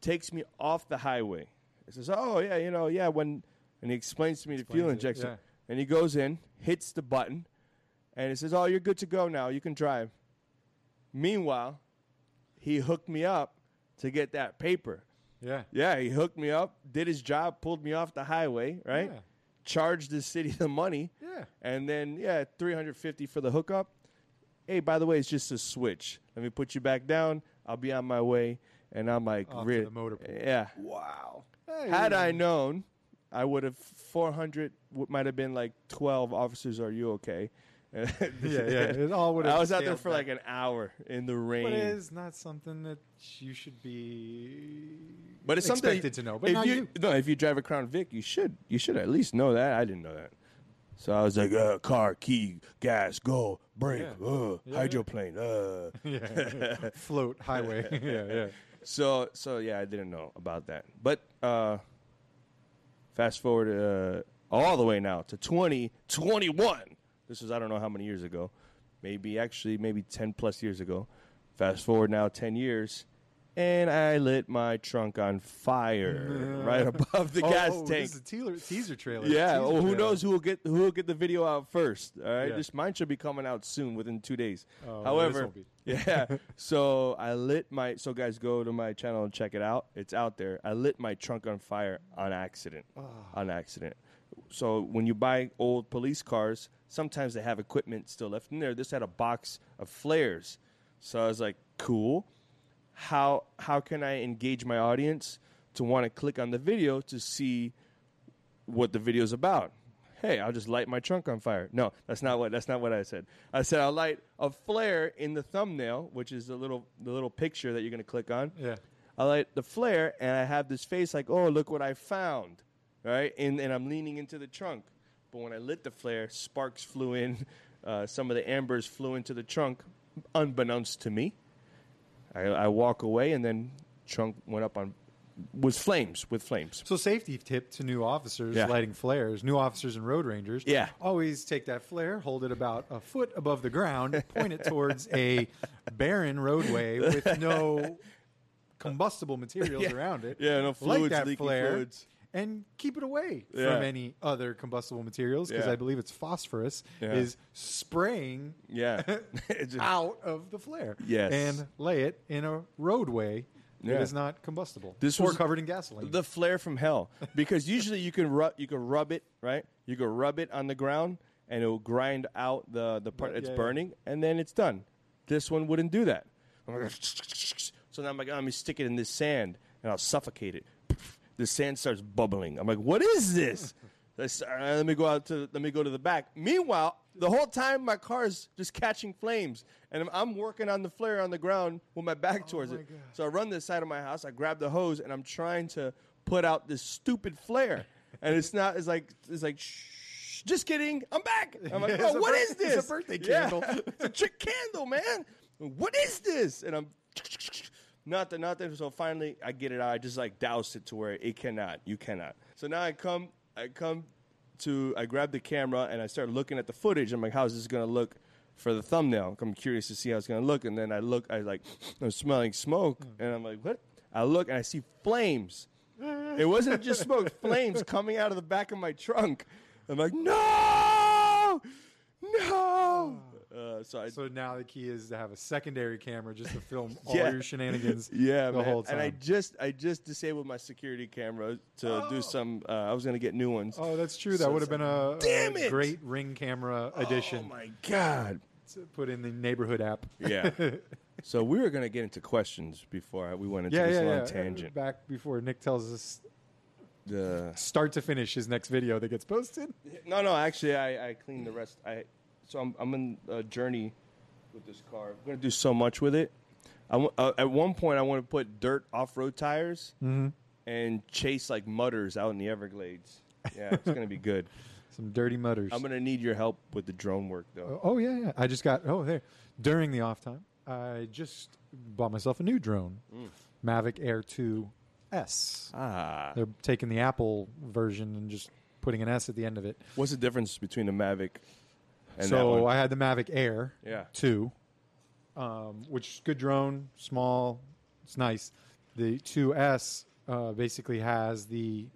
[SPEAKER 3] takes me off the highway. He says, "Oh yeah, you know, yeah." When and he explains to me the fuel
[SPEAKER 2] it,
[SPEAKER 3] injection,
[SPEAKER 2] yeah.
[SPEAKER 3] and he goes in, hits the button, and it says, "Oh, you're good to go now. You can drive." Meanwhile, he hooked me up to get that paper.
[SPEAKER 2] yeah
[SPEAKER 3] Yeah, he hooked me up, did his job, pulled me off the highway, right?
[SPEAKER 2] Yeah.
[SPEAKER 3] Charged the city the money.
[SPEAKER 2] Yeah.
[SPEAKER 3] And then yeah, 350 for the hookup. Hey, by the way, it's just a switch. Let me put you back down. I'll be on my way. And I'm like,
[SPEAKER 2] Off to
[SPEAKER 3] "Re-
[SPEAKER 2] the motor pool."
[SPEAKER 3] Yeah. Wow. Had I known, I would have 400 w- might have been like 12 officers, are you okay? yeah,
[SPEAKER 2] yeah it all would have
[SPEAKER 3] I was out there
[SPEAKER 2] scaled
[SPEAKER 3] for
[SPEAKER 2] back.
[SPEAKER 3] like an hour in the rain.
[SPEAKER 2] But it is not something that you should be
[SPEAKER 3] But it's something
[SPEAKER 2] expected to know. But
[SPEAKER 3] if
[SPEAKER 2] now
[SPEAKER 3] you,
[SPEAKER 2] you, do.
[SPEAKER 3] no, if you drive a Crown Vic, you should you should at least know that. I didn't know that, so I was like, uh, car, key, gas, go, brake,
[SPEAKER 2] Yeah.
[SPEAKER 3] uh,
[SPEAKER 2] yeah.
[SPEAKER 3] hydroplane. Uh.
[SPEAKER 2] Yeah. float highway. yeah, yeah.
[SPEAKER 3] so so yeah, I didn't know about that. But uh, fast forward uh, all the way now to twenty twenty one. This was I don't know how many years ago, maybe actually maybe ten plus years ago. Fast forward now ten years, and I lit my trunk on fire right above the
[SPEAKER 2] oh,
[SPEAKER 3] gas
[SPEAKER 2] oh,
[SPEAKER 3] tank.
[SPEAKER 2] This is a tealer, teaser trailer.
[SPEAKER 3] Yeah.
[SPEAKER 2] Teaser
[SPEAKER 3] Well, who
[SPEAKER 2] trailer.
[SPEAKER 3] knows who will get who will get the video out first? All right.
[SPEAKER 2] Yeah.
[SPEAKER 3] This mine should be coming out soon, within two days.
[SPEAKER 2] Oh, well, this
[SPEAKER 3] However,
[SPEAKER 2] won't be.
[SPEAKER 3] yeah. So I lit my. So guys, go to my channel and check it out. It's out there. I lit my trunk on fire on accident.
[SPEAKER 2] Ah.
[SPEAKER 3] On accident. So when you buy old police cars, sometimes they have equipment still left in there. This had a box of flares. So I was like, cool how how can I engage my audience to want to click on the video to see what the video's about? Hey, I'll just light my trunk on fire. No, that's not what that's not what I said. I said I'll light a flare in the thumbnail, which is the little the little picture that you're going to click on.
[SPEAKER 2] Yeah.
[SPEAKER 3] I light the flare and I have this face like, "Oh, look what I found." Right? And and I'm leaning into the trunk. But when I lit the flare, sparks flew in, uh, some of the ambers flew into the trunk unbeknownst to me. I, I walk away, and then trunk went up on was flames with flames.
[SPEAKER 2] So safety tip to new officers
[SPEAKER 3] Yeah.
[SPEAKER 2] lighting flares, new officers and road rangers.
[SPEAKER 3] Yeah.
[SPEAKER 2] Always take that flare, hold it about a foot above the ground, point it towards a barren roadway with no combustible materials
[SPEAKER 3] Yeah.
[SPEAKER 2] around it.
[SPEAKER 3] Yeah, no
[SPEAKER 2] Light
[SPEAKER 3] fluids,
[SPEAKER 2] that
[SPEAKER 3] leaking
[SPEAKER 2] flare
[SPEAKER 3] fluids.
[SPEAKER 2] and keep it away
[SPEAKER 3] Yeah.
[SPEAKER 2] from any other combustible materials because
[SPEAKER 3] Yeah.
[SPEAKER 2] I believe it's phosphorus
[SPEAKER 3] Yeah.
[SPEAKER 2] is spraying
[SPEAKER 3] Yeah, It just-
[SPEAKER 2] out of the flare.
[SPEAKER 3] Yes.
[SPEAKER 2] And lay it in a roadway
[SPEAKER 3] Yeah.
[SPEAKER 2] that is not combustible.
[SPEAKER 3] This
[SPEAKER 2] or
[SPEAKER 3] was
[SPEAKER 2] covered in gasoline.
[SPEAKER 3] the flare from hell because usually you can rub you can rub it right. You can rub it on the ground, and it will grind out the the part
[SPEAKER 2] Yeah,
[SPEAKER 3] that's
[SPEAKER 2] yeah, yeah.
[SPEAKER 3] burning, and then it's done. This one wouldn't do that. I'm like, so now I'm like, "Oh, let me stick it in this sand, and I'll suffocate it. The sand starts bubbling. I'm like, what is this? This- uh, let me go out to let me go to the back. Meanwhile, the whole time my car is just catching flames, and I'm, I'm working on the flare on the ground with my back towards
[SPEAKER 2] Oh my
[SPEAKER 3] it.
[SPEAKER 2] God.
[SPEAKER 3] So I run this side of my house. I grab the hose and I'm trying to put out this stupid flare, and it's not. It's like it's like. Shh, just kidding. I'm back. I'm like,
[SPEAKER 2] It's
[SPEAKER 3] oh,
[SPEAKER 2] a
[SPEAKER 3] what
[SPEAKER 2] bir-
[SPEAKER 3] is
[SPEAKER 2] it's a
[SPEAKER 3] this?
[SPEAKER 2] birthday
[SPEAKER 3] Yeah.
[SPEAKER 2] candle.
[SPEAKER 3] it's a trick candle, man. What is this? And I'm not that, not that. So finally, I get it out. I just like douse it to where it cannot. You cannot. So now I come, I come to, I grab the camera and I start looking at the footage. I'm like, how's this gonna look for the thumbnail? I'm curious to see how it's gonna look. And then I look, I like, I'm smelling smoke, and I'm like, what? I look and I see flames. It wasn't just smoke, flames coming out of the back of my trunk. I'm like, no, no. Uh, so I
[SPEAKER 2] So now the key is to have a secondary camera just to film all
[SPEAKER 3] Yeah.
[SPEAKER 2] your shenanigans.
[SPEAKER 3] Yeah,
[SPEAKER 2] the
[SPEAKER 3] man.
[SPEAKER 2] whole time.
[SPEAKER 3] And I just I just disabled my security camera to do some. Uh, I was gonna get new ones.
[SPEAKER 2] oh, that's true. That would have been a,
[SPEAKER 3] Damn
[SPEAKER 2] a
[SPEAKER 3] it!
[SPEAKER 2] great ring camera
[SPEAKER 3] Oh
[SPEAKER 2] addition
[SPEAKER 3] my god.
[SPEAKER 2] to put in the neighborhood app.
[SPEAKER 3] Yeah. so we were gonna get into questions before I, we went into
[SPEAKER 2] Yeah,
[SPEAKER 3] this
[SPEAKER 2] yeah,
[SPEAKER 3] long
[SPEAKER 2] yeah.
[SPEAKER 3] tangent.
[SPEAKER 2] Back before Nick tells us
[SPEAKER 3] The-
[SPEAKER 2] start to finish his next video that gets posted.
[SPEAKER 3] no, no. Actually, I, I cleaned the rest. I so I'm I'm in a journey with this car. I'm gonna do so much with it. I w- uh, at one point I want to put dirt off road tires and chase like mutters out in the Everglades. Yeah, it's gonna be good.
[SPEAKER 2] Some dirty mutters.
[SPEAKER 3] I'm gonna need your help with the drone work though.
[SPEAKER 2] oh yeah, yeah. I just got oh there during the off time. I just bought myself a new drone,
[SPEAKER 3] Mm.
[SPEAKER 2] Mavic Air 2 S.
[SPEAKER 3] Ah.
[SPEAKER 2] They're taking the Apple version and just putting an S at the end of it.
[SPEAKER 3] What's the difference between the Mavic and
[SPEAKER 2] so
[SPEAKER 3] that one?
[SPEAKER 2] I had the Mavic Air
[SPEAKER 3] Yeah.
[SPEAKER 2] two, um, which is good drone, small, it's nice. The 2S uh, basically has the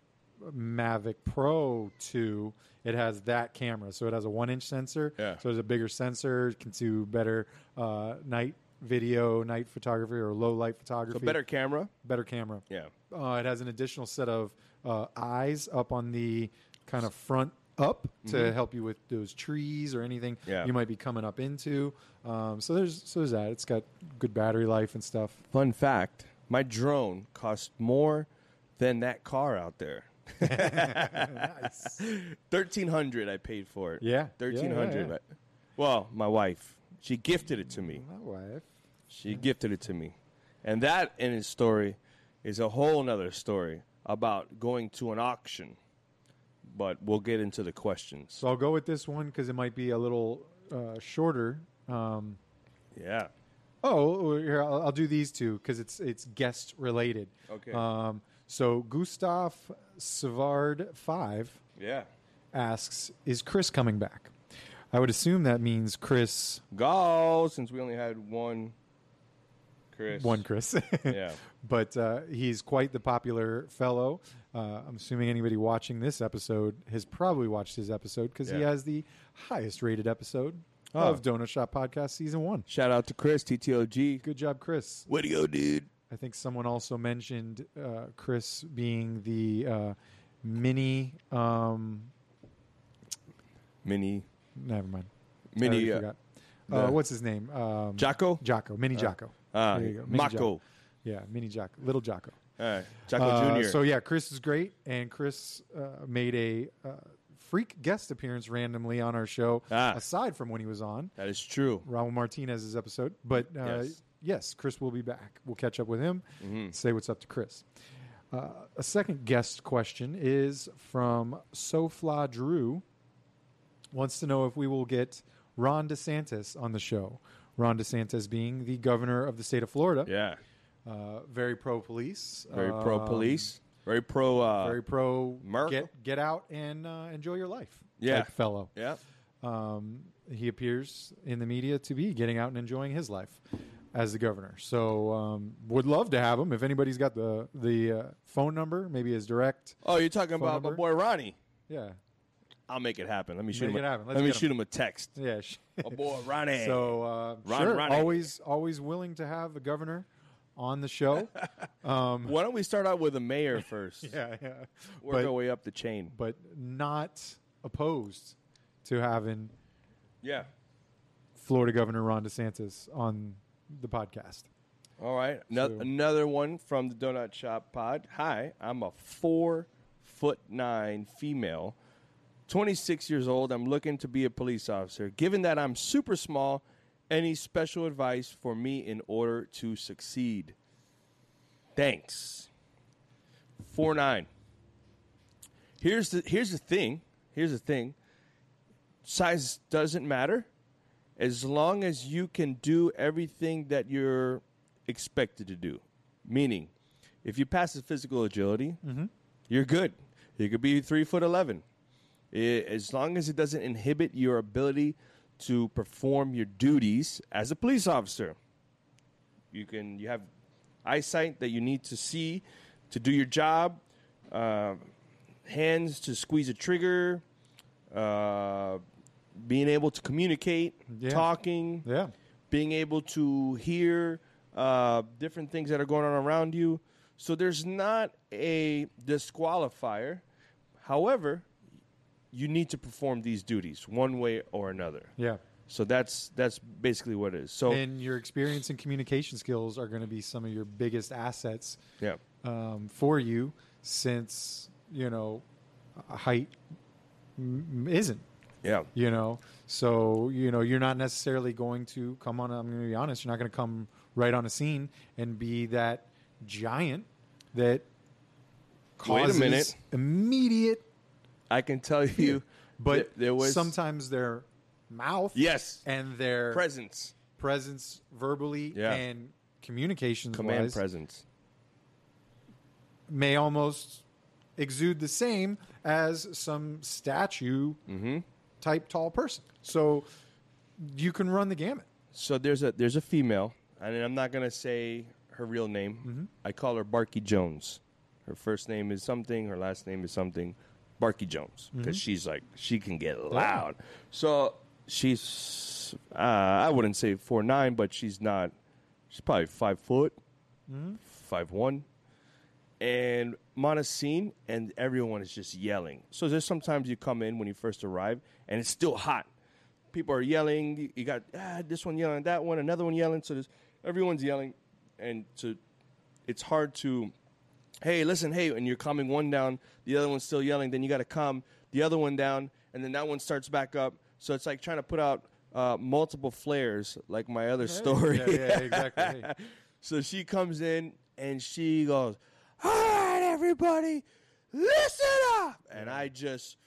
[SPEAKER 2] Mavic Pro 2. It has that camera, so it has a one-inch sensor.
[SPEAKER 3] Yeah.
[SPEAKER 2] So it's a bigger sensor, it can do better uh, night video, night photography, or low light photography.
[SPEAKER 3] so better camera?
[SPEAKER 2] better camera.
[SPEAKER 3] Yeah.
[SPEAKER 2] Uh, it has an additional set of uh, eyes up on the kind of front up to help you with those trees or anything
[SPEAKER 3] Mm-hmm. Yeah.
[SPEAKER 2] you might be coming up into. Um, so there's so there's that. It's got good battery life and stuff.
[SPEAKER 3] Fun fact, my drone cost more than that car out there.
[SPEAKER 2] nice.
[SPEAKER 3] 1300 I paid for it.
[SPEAKER 2] Yeah.
[SPEAKER 3] 1300.
[SPEAKER 2] Yeah, yeah,
[SPEAKER 3] I- Well, my wife, she gifted it to me.
[SPEAKER 2] My wife.
[SPEAKER 3] She gifted it to me. And that in its story is a whole nother story about going to an auction. But we'll get into the questions.
[SPEAKER 2] So I'll go with this one because it might be a little uh, shorter. Um,
[SPEAKER 3] Yeah.
[SPEAKER 2] Oh, here I'll, I'll do these two because it's it's guest related.
[SPEAKER 3] Okay.
[SPEAKER 2] Um, so Gustav Savard five
[SPEAKER 3] Yeah.
[SPEAKER 2] asks, "Is Chris coming back?" I would assume that means Chris.
[SPEAKER 3] Gall, since we only had one Chris.
[SPEAKER 2] one Chris.
[SPEAKER 3] Yeah.
[SPEAKER 2] But uh, he's quite the popular fellow. Uh, I'm assuming anybody watching this episode has probably watched his episode because he
[SPEAKER 3] Yeah.
[SPEAKER 2] has the highest rated episode
[SPEAKER 3] Oh.
[SPEAKER 2] of Donut Shop Podcast Season 1.
[SPEAKER 3] Shout out to Chris TTOG.
[SPEAKER 2] Good job, Chris.
[SPEAKER 3] Way to go, dude.
[SPEAKER 2] I think someone also mentioned uh, Chris being the uh, mini. Um,
[SPEAKER 3] Mini,
[SPEAKER 2] never mind. I
[SPEAKER 3] mini
[SPEAKER 2] already
[SPEAKER 3] uh,
[SPEAKER 2] forgot. Uh,
[SPEAKER 3] the-
[SPEAKER 2] what's his name? Um,
[SPEAKER 3] Jocko.
[SPEAKER 2] Jocko. Mini Jocko.
[SPEAKER 3] Ah,
[SPEAKER 2] There you go. Mini
[SPEAKER 3] Mako. Oh,
[SPEAKER 2] Jocko.
[SPEAKER 3] All
[SPEAKER 2] Yeah, Mini Jocko. Little Jocko.
[SPEAKER 3] right, Jocko
[SPEAKER 2] Uh,
[SPEAKER 3] Jr.
[SPEAKER 2] So yeah, Chris is great, and Chris uh, made a uh, freak guest appearance randomly on our show,
[SPEAKER 3] Ah.
[SPEAKER 2] aside from when he was on
[SPEAKER 3] that is true.
[SPEAKER 2] Raul Martinez's episode. But uh, yes.
[SPEAKER 3] Yes. Mm-hmm.
[SPEAKER 2] Chris will be back. We'll catch up with him. Say what's up to Chris. Uh, a second guest question is from Sofla Drew. Wants to know if we will get Ron DeSantis on the show. Ron DeSantis being the governor of the state of Florida,
[SPEAKER 3] Yeah,
[SPEAKER 2] uh, very pro police,
[SPEAKER 3] very pro
[SPEAKER 2] Um,
[SPEAKER 3] police. Very pro. Uh,
[SPEAKER 2] very pro
[SPEAKER 3] Merkel.
[SPEAKER 2] get get out and uh, enjoy your life
[SPEAKER 3] Yeah.
[SPEAKER 2] type fellow
[SPEAKER 3] yeah.
[SPEAKER 2] um, he appears in the media to be getting out and enjoying his life as the governor so um, would love to have him if anybody's got the the uh, phone number maybe his direct
[SPEAKER 3] Oh, you're talking about
[SPEAKER 2] number?
[SPEAKER 3] my boy Ronnie.
[SPEAKER 2] yeah
[SPEAKER 3] I'll make it happen. Let me shoot
[SPEAKER 2] Make
[SPEAKER 3] him.
[SPEAKER 2] it
[SPEAKER 3] a,
[SPEAKER 2] happen. Let's
[SPEAKER 3] Let me
[SPEAKER 2] get him.
[SPEAKER 3] shoot him a text.
[SPEAKER 2] yeah
[SPEAKER 3] My boy Ronnie.
[SPEAKER 2] so uh,
[SPEAKER 3] Ron-
[SPEAKER 2] sure
[SPEAKER 3] Ronnie.
[SPEAKER 2] always always willing to have the governor on the show
[SPEAKER 3] Why don't we start out with the mayor first?
[SPEAKER 2] um, yeah yeah
[SPEAKER 3] Work
[SPEAKER 2] but,
[SPEAKER 3] our way up the chain.
[SPEAKER 2] but not opposed to having
[SPEAKER 3] Yeah.
[SPEAKER 2] Florida Governor Ron DeSantis on the podcast.
[SPEAKER 3] All right. No-
[SPEAKER 2] So-
[SPEAKER 3] Another one from the Donut Shop Pod. Hi, I'm a four foot nine female, 26 years old. I'm looking to be a police officer. Given that I'm super small, any special advice for me in order to succeed? Thanks. Four nine. Here's the here's the thing. Here's the thing. Size doesn't matter as long as you can do everything that you're expected to do. Meaning, if you pass the physical agility, you're good. You could be three foot eleven. I- as long as it doesn't inhibit your ability to perform your duties as a police officer. You can you have eyesight that you need to see to do your job, uh, hands to squeeze a trigger, uh, being able to communicate,
[SPEAKER 2] Yeah.
[SPEAKER 3] talking,
[SPEAKER 2] Yeah.
[SPEAKER 3] being able to hear uh, different things that are going on around you. So there's not a disqualifier. However, you need to perform these duties one way or another.
[SPEAKER 2] Yeah.
[SPEAKER 3] So that's that's basically what it is. So
[SPEAKER 2] And your experience and communication skills are going to be some of your biggest assets
[SPEAKER 3] yeah,
[SPEAKER 2] um, for you since, you know, height m- isn't,
[SPEAKER 3] yeah,
[SPEAKER 2] you know. So, you know, you're not necessarily going to come on, I'm going to be honest, you're not going to come right on a scene and be that giant that
[SPEAKER 3] Wait a
[SPEAKER 2] causes
[SPEAKER 3] minute.
[SPEAKER 2] immediate
[SPEAKER 3] I can tell you,
[SPEAKER 2] but
[SPEAKER 3] th- there was
[SPEAKER 2] sometimes their mouth
[SPEAKER 3] Yes.
[SPEAKER 2] and their
[SPEAKER 3] presence,
[SPEAKER 2] presence verbally
[SPEAKER 3] Yeah.
[SPEAKER 2] and communications
[SPEAKER 3] command
[SPEAKER 2] wise
[SPEAKER 3] presence.
[SPEAKER 2] may almost exude the same as some statue
[SPEAKER 3] Mm-hmm.
[SPEAKER 2] type tall person so you can run the gamut
[SPEAKER 3] So there's a there's a female, and I'm not gonna say her real name. I call her Barky Jones. Her first name is something. Her last name is something. Barky Jones, because she's like she can get loud. So she's uh, I wouldn't say four nine, but she's not. She's probably five foot,
[SPEAKER 2] Mm-hmm.
[SPEAKER 3] five one. and Montesine, and everyone is just yelling. So there's sometimes you come in when you first arrive, and it's still hot. People are yelling. You got ah, this one yelling, that one, another one yelling. So there's, everyone's yelling, and to it's hard to, hey, listen, hey, and you're calming one down, the other one's still yelling. Then you got to calm the other one down, and then that one starts back up. So it's like trying to put out uh, multiple flares, like my other story.
[SPEAKER 2] yeah, yeah exactly Hey,
[SPEAKER 3] So she comes in and she goes, All right, everybody, listen up. And I just,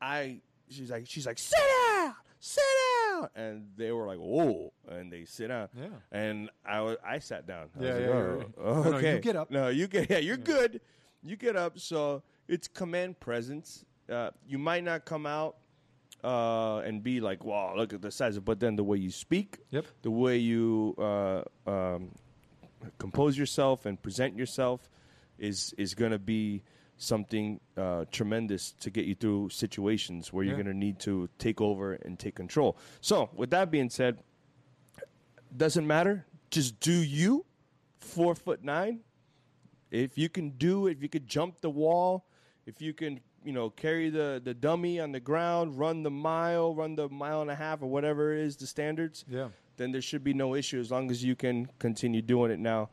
[SPEAKER 3] I, she's like, she's like, sit down, sit down. And they were like, whoa. And they sit down.
[SPEAKER 2] Yeah.
[SPEAKER 3] And I was, I sat down. I was
[SPEAKER 2] Yeah,
[SPEAKER 3] like,
[SPEAKER 2] yeah,
[SPEAKER 3] "Oh,
[SPEAKER 2] you're right. No, no, you
[SPEAKER 3] okay.
[SPEAKER 2] get up.
[SPEAKER 3] No, you get, yeah, you're good. You get up. So it's command presence. Uh, you might not come out uh, and be like, wow, look at the size. But then the way you speak,
[SPEAKER 2] Yep.
[SPEAKER 3] the way you uh, um, compose yourself and present yourself is is going to be something uh, tremendous to get you through situations where you're
[SPEAKER 2] Yeah.
[SPEAKER 3] going to need to take over and take control. So, with that being said, doesn't matter. Just do you. Four foot nine. If you can do, if you could jump the wall, if you can, you know, carry the the dummy on the ground, run the mile, run the mile and a half, or whatever is the standards
[SPEAKER 2] Yeah.
[SPEAKER 3] then there should be no issue as long as you can continue doing it now.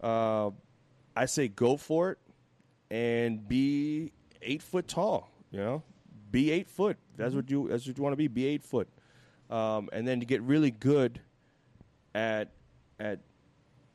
[SPEAKER 3] Uh, I say go for it and be eight foot tall. You know, be eight foot. That's what you that's what you want to be. Be eight foot, um, and then to get really good at at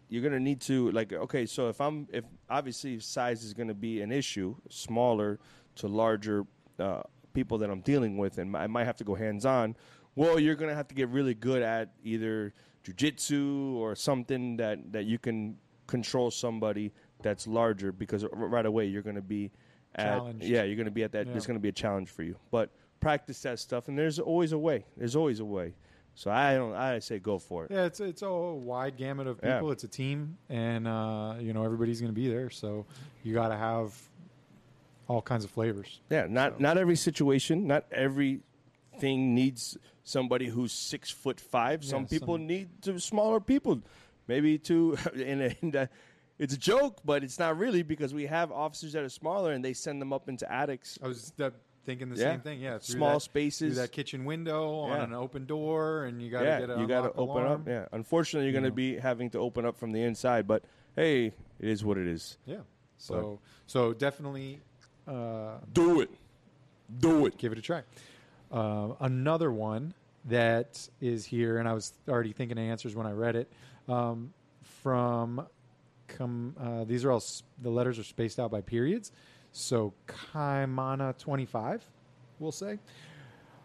[SPEAKER 3] you're gonna need to like okay. So if I'm if obviously size is gonna be an issue, smaller to larger uh, people that I'm dealing with, and I might have to go hands on. Well, you're gonna have to get really good at either jujitsu or something that that you can control somebody that's larger because r- right away you're gonna be at
[SPEAKER 2] Challenged.
[SPEAKER 3] yeah you're gonna be at that.
[SPEAKER 2] Yeah.
[SPEAKER 3] It's gonna be a challenge for you, but practice that stuff, and there's always a way. There's always a way. So I don't. I say go for it.
[SPEAKER 2] Yeah, it's it's a wide gamut of
[SPEAKER 3] Yeah.
[SPEAKER 2] people. It's a team, and uh, you know everybody's going to be there, so you got to have all kinds of flavors.
[SPEAKER 3] Yeah, not not every situation, not every thing needs somebody who's six foot five. some
[SPEAKER 2] Yeah,
[SPEAKER 3] people
[SPEAKER 2] some-
[SPEAKER 3] need to smaller people, maybe to and, and uh, it's a joke, but it's not really because we have officers that are smaller and they send them up into attics.
[SPEAKER 2] I was uh, thinking the
[SPEAKER 3] Yeah.
[SPEAKER 2] same thing. Yeah, through
[SPEAKER 3] Small
[SPEAKER 2] that-
[SPEAKER 3] spaces.
[SPEAKER 2] through that kitchen window on
[SPEAKER 3] Yeah.
[SPEAKER 2] an open door, and you got to
[SPEAKER 3] yeah,
[SPEAKER 2] get a
[SPEAKER 3] you got to
[SPEAKER 2] unlock
[SPEAKER 3] open
[SPEAKER 2] alarm.
[SPEAKER 3] up. Yeah, unfortunately, you're going
[SPEAKER 2] Yeah.
[SPEAKER 3] to be having to open up from the inside, but hey, it is what it is.
[SPEAKER 2] Yeah. So so definitely uh,
[SPEAKER 3] Do it, do it.
[SPEAKER 2] give it a try. Uh, another one that is here, and I was already thinking of answers when I read it. Um, from come, uh, these are all s- the letters are spaced out by periods. So Kaimana twenty five, we'll say.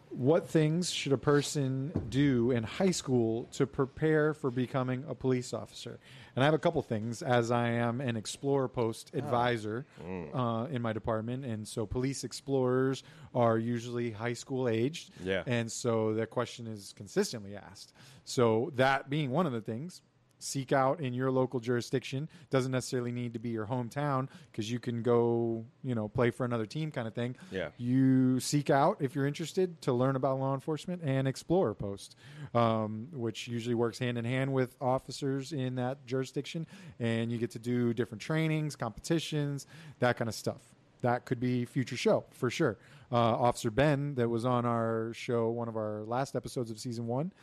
[SPEAKER 2] What things should a person do in high school to prepare for becoming a police officer? And I have a couple things as I am an Explorer Post advisor uh, in my department. And so police explorers are usually high school aged.
[SPEAKER 3] Yeah.
[SPEAKER 2] And so that question is consistently asked. So, that being one of the things, seek out in your local jurisdiction doesn't necessarily need to be your hometown because you can go you know play for another team kind of thing
[SPEAKER 3] Yeah.
[SPEAKER 2] you seek out if you're interested to learn about law enforcement and explorer post um, which usually works hand in hand with officers in that jurisdiction and you get to do different trainings competitions that kind of stuff that could be future show for sure uh, officer ben that was on our show one of our last episodes of season one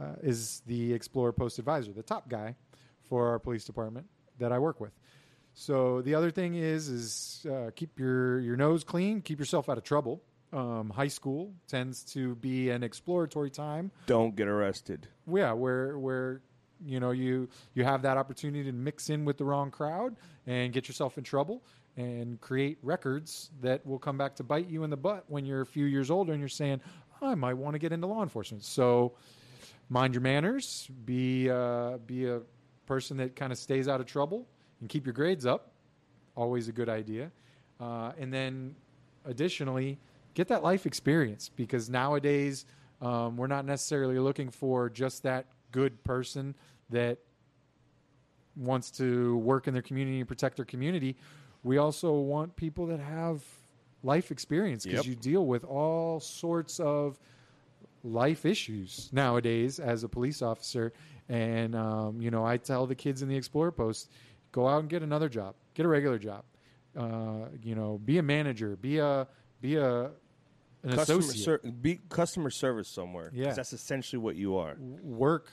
[SPEAKER 2] uh, is the explorer post advisor the top guy for our police department that i work with so the other thing is is uh, keep your your nose clean, keep yourself out of trouble. Um, high school tends to be an exploratory time,
[SPEAKER 3] Don't get arrested.
[SPEAKER 2] yeah, where where you know you you have that opportunity to mix in with the wrong crowd and get yourself in trouble and create records that will come back to bite you in the butt when you're a few years older and you're saying I might want to get into law enforcement. So mind your manners, be uh, be a person that kind of stays out of trouble and keep your grades up. Always a good idea. Uh, and then additionally, get that life experience because nowadays um, we're not necessarily looking for just that good person that wants to work in their community and protect their community. We also want people that have life experience because
[SPEAKER 3] Yep.
[SPEAKER 2] you deal with all sorts of life issues nowadays as a police officer. And, um, you know, I tell the kids in the Explorer Post go out and get another job, get a regular job. Uh, you know, be a manager, be a, be a, an
[SPEAKER 3] Customer,
[SPEAKER 2] associate.
[SPEAKER 3] ser- be customer service somewhere. 'cause
[SPEAKER 2] Yeah.
[SPEAKER 3] that's essentially what you are.
[SPEAKER 2] work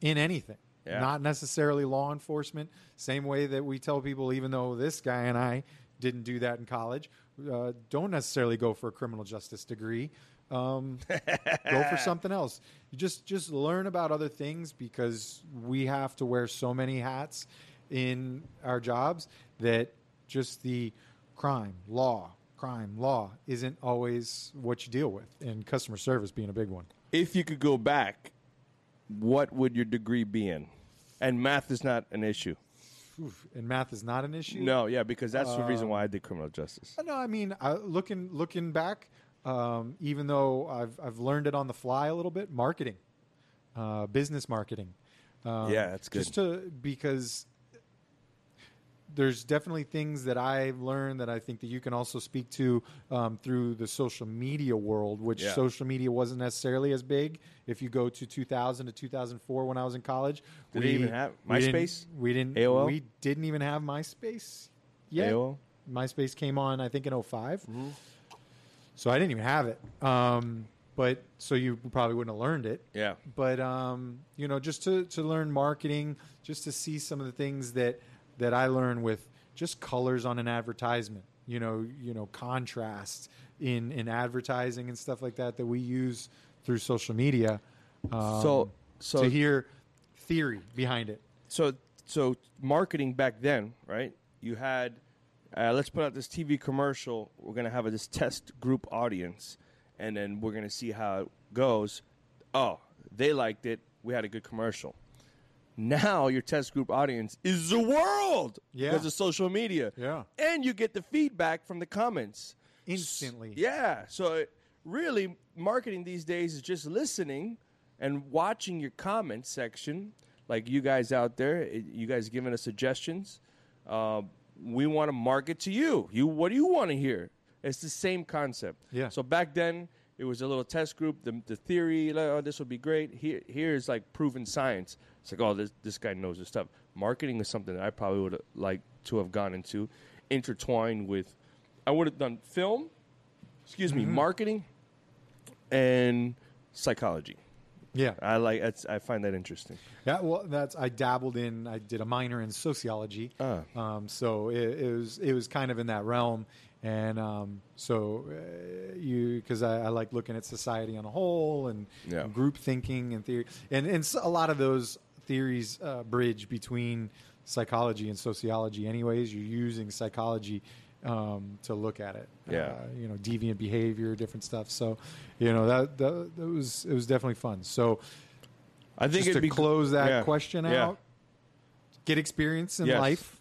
[SPEAKER 2] in anything.
[SPEAKER 3] Yeah.
[SPEAKER 2] Not necessarily law enforcement. Same way that we tell people, even though this guy and I didn't do that in college, uh, don't necessarily go for a criminal justice degree. Um, go for something else. You just just learn about other things because we have to wear so many hats in our jobs that just the crime law, crime law isn't always what you deal with, and customer service being a big one.
[SPEAKER 3] if you could go back, what would your degree be in? And math is not an issue.
[SPEAKER 2] Oof, and math is not an issue.
[SPEAKER 3] No, yeah, because that's the reason why I did criminal justice.
[SPEAKER 2] Uh, no. I mean, I, looking looking back, um, even though I've I've learned it on the fly a little bit, marketing, uh, business marketing, Um,
[SPEAKER 3] Yeah, that's good.
[SPEAKER 2] Just to because there's definitely things that I learned that I think that you can also speak to um, through the social media world, which
[SPEAKER 3] Yeah.
[SPEAKER 2] social media wasn't necessarily as big. If you go to 2000 to 2004, when I was in college,
[SPEAKER 3] Did it even have-
[SPEAKER 2] we didn't-
[SPEAKER 3] MySpace?
[SPEAKER 2] We didn't.
[SPEAKER 3] AOL?
[SPEAKER 2] We didn't even have MySpace. yet.
[SPEAKER 3] AOL?
[SPEAKER 2] MySpace came on, I think, in 5
[SPEAKER 3] Mm-hmm.
[SPEAKER 2] So I didn't even have it. Um, but so you probably wouldn't have learned it
[SPEAKER 3] Yeah.
[SPEAKER 2] but um, you know, just to, to learn marketing, just to see some of the things that that I learn with just colors on an advertisement. You know, you know, contrast in in advertising and stuff like that that we use through social media. Um,
[SPEAKER 3] So- so-
[SPEAKER 2] to hear theory behind it.
[SPEAKER 3] So so marketing back then, right? You had uh, let's put out this TV commercial. We're gonna have this test group audience, and then we're gonna see how it goes. Oh, they liked it. We had a good commercial. Now your test group audience is the world
[SPEAKER 2] Yeah.
[SPEAKER 3] because of social media.
[SPEAKER 2] Yeah.
[SPEAKER 3] and you get the feedback from the comments
[SPEAKER 2] Instantly.
[SPEAKER 3] Yeah. So it, really, marketing these days is just listening and watching your comment section. Like you guys out there, it- you guys giving us suggestions. Uh, we want to market to you. You, what do you want to hear? It's the same concept.
[SPEAKER 2] Yeah.
[SPEAKER 3] So back then, it was a little test group. The, the theory, like, oh, this would be great. Here, here is like proven science. It's like, oh, this this guy knows his stuff. Marketing is something that I probably would like to have gone into, intertwined with. I would have done film, excuse me, marketing, and psychology.
[SPEAKER 2] Yeah,
[SPEAKER 3] I like. That's, I find that interesting.
[SPEAKER 2] Yeah, well, that's I dabbled in. I did a minor in sociology,
[SPEAKER 3] Ah.
[SPEAKER 2] um, so it, it was it was kind of in that realm, and um, so uh, you because I, I like looking at society on a whole and,
[SPEAKER 3] Yeah.
[SPEAKER 2] group thinking and theory, and and s- a lot of those theories uh, bridge between psychology and sociology. Anyways, you're using psychology um, to look at it.
[SPEAKER 3] Yeah.
[SPEAKER 2] Uh, you know deviant behavior, different stuff. So, you know that, that that was it was definitely fun. So
[SPEAKER 3] I think
[SPEAKER 2] just
[SPEAKER 3] it'd
[SPEAKER 2] to
[SPEAKER 3] be
[SPEAKER 2] close that
[SPEAKER 3] yeah,
[SPEAKER 2] question
[SPEAKER 3] yeah.
[SPEAKER 2] out. Get experience in
[SPEAKER 3] Yes.
[SPEAKER 2] life.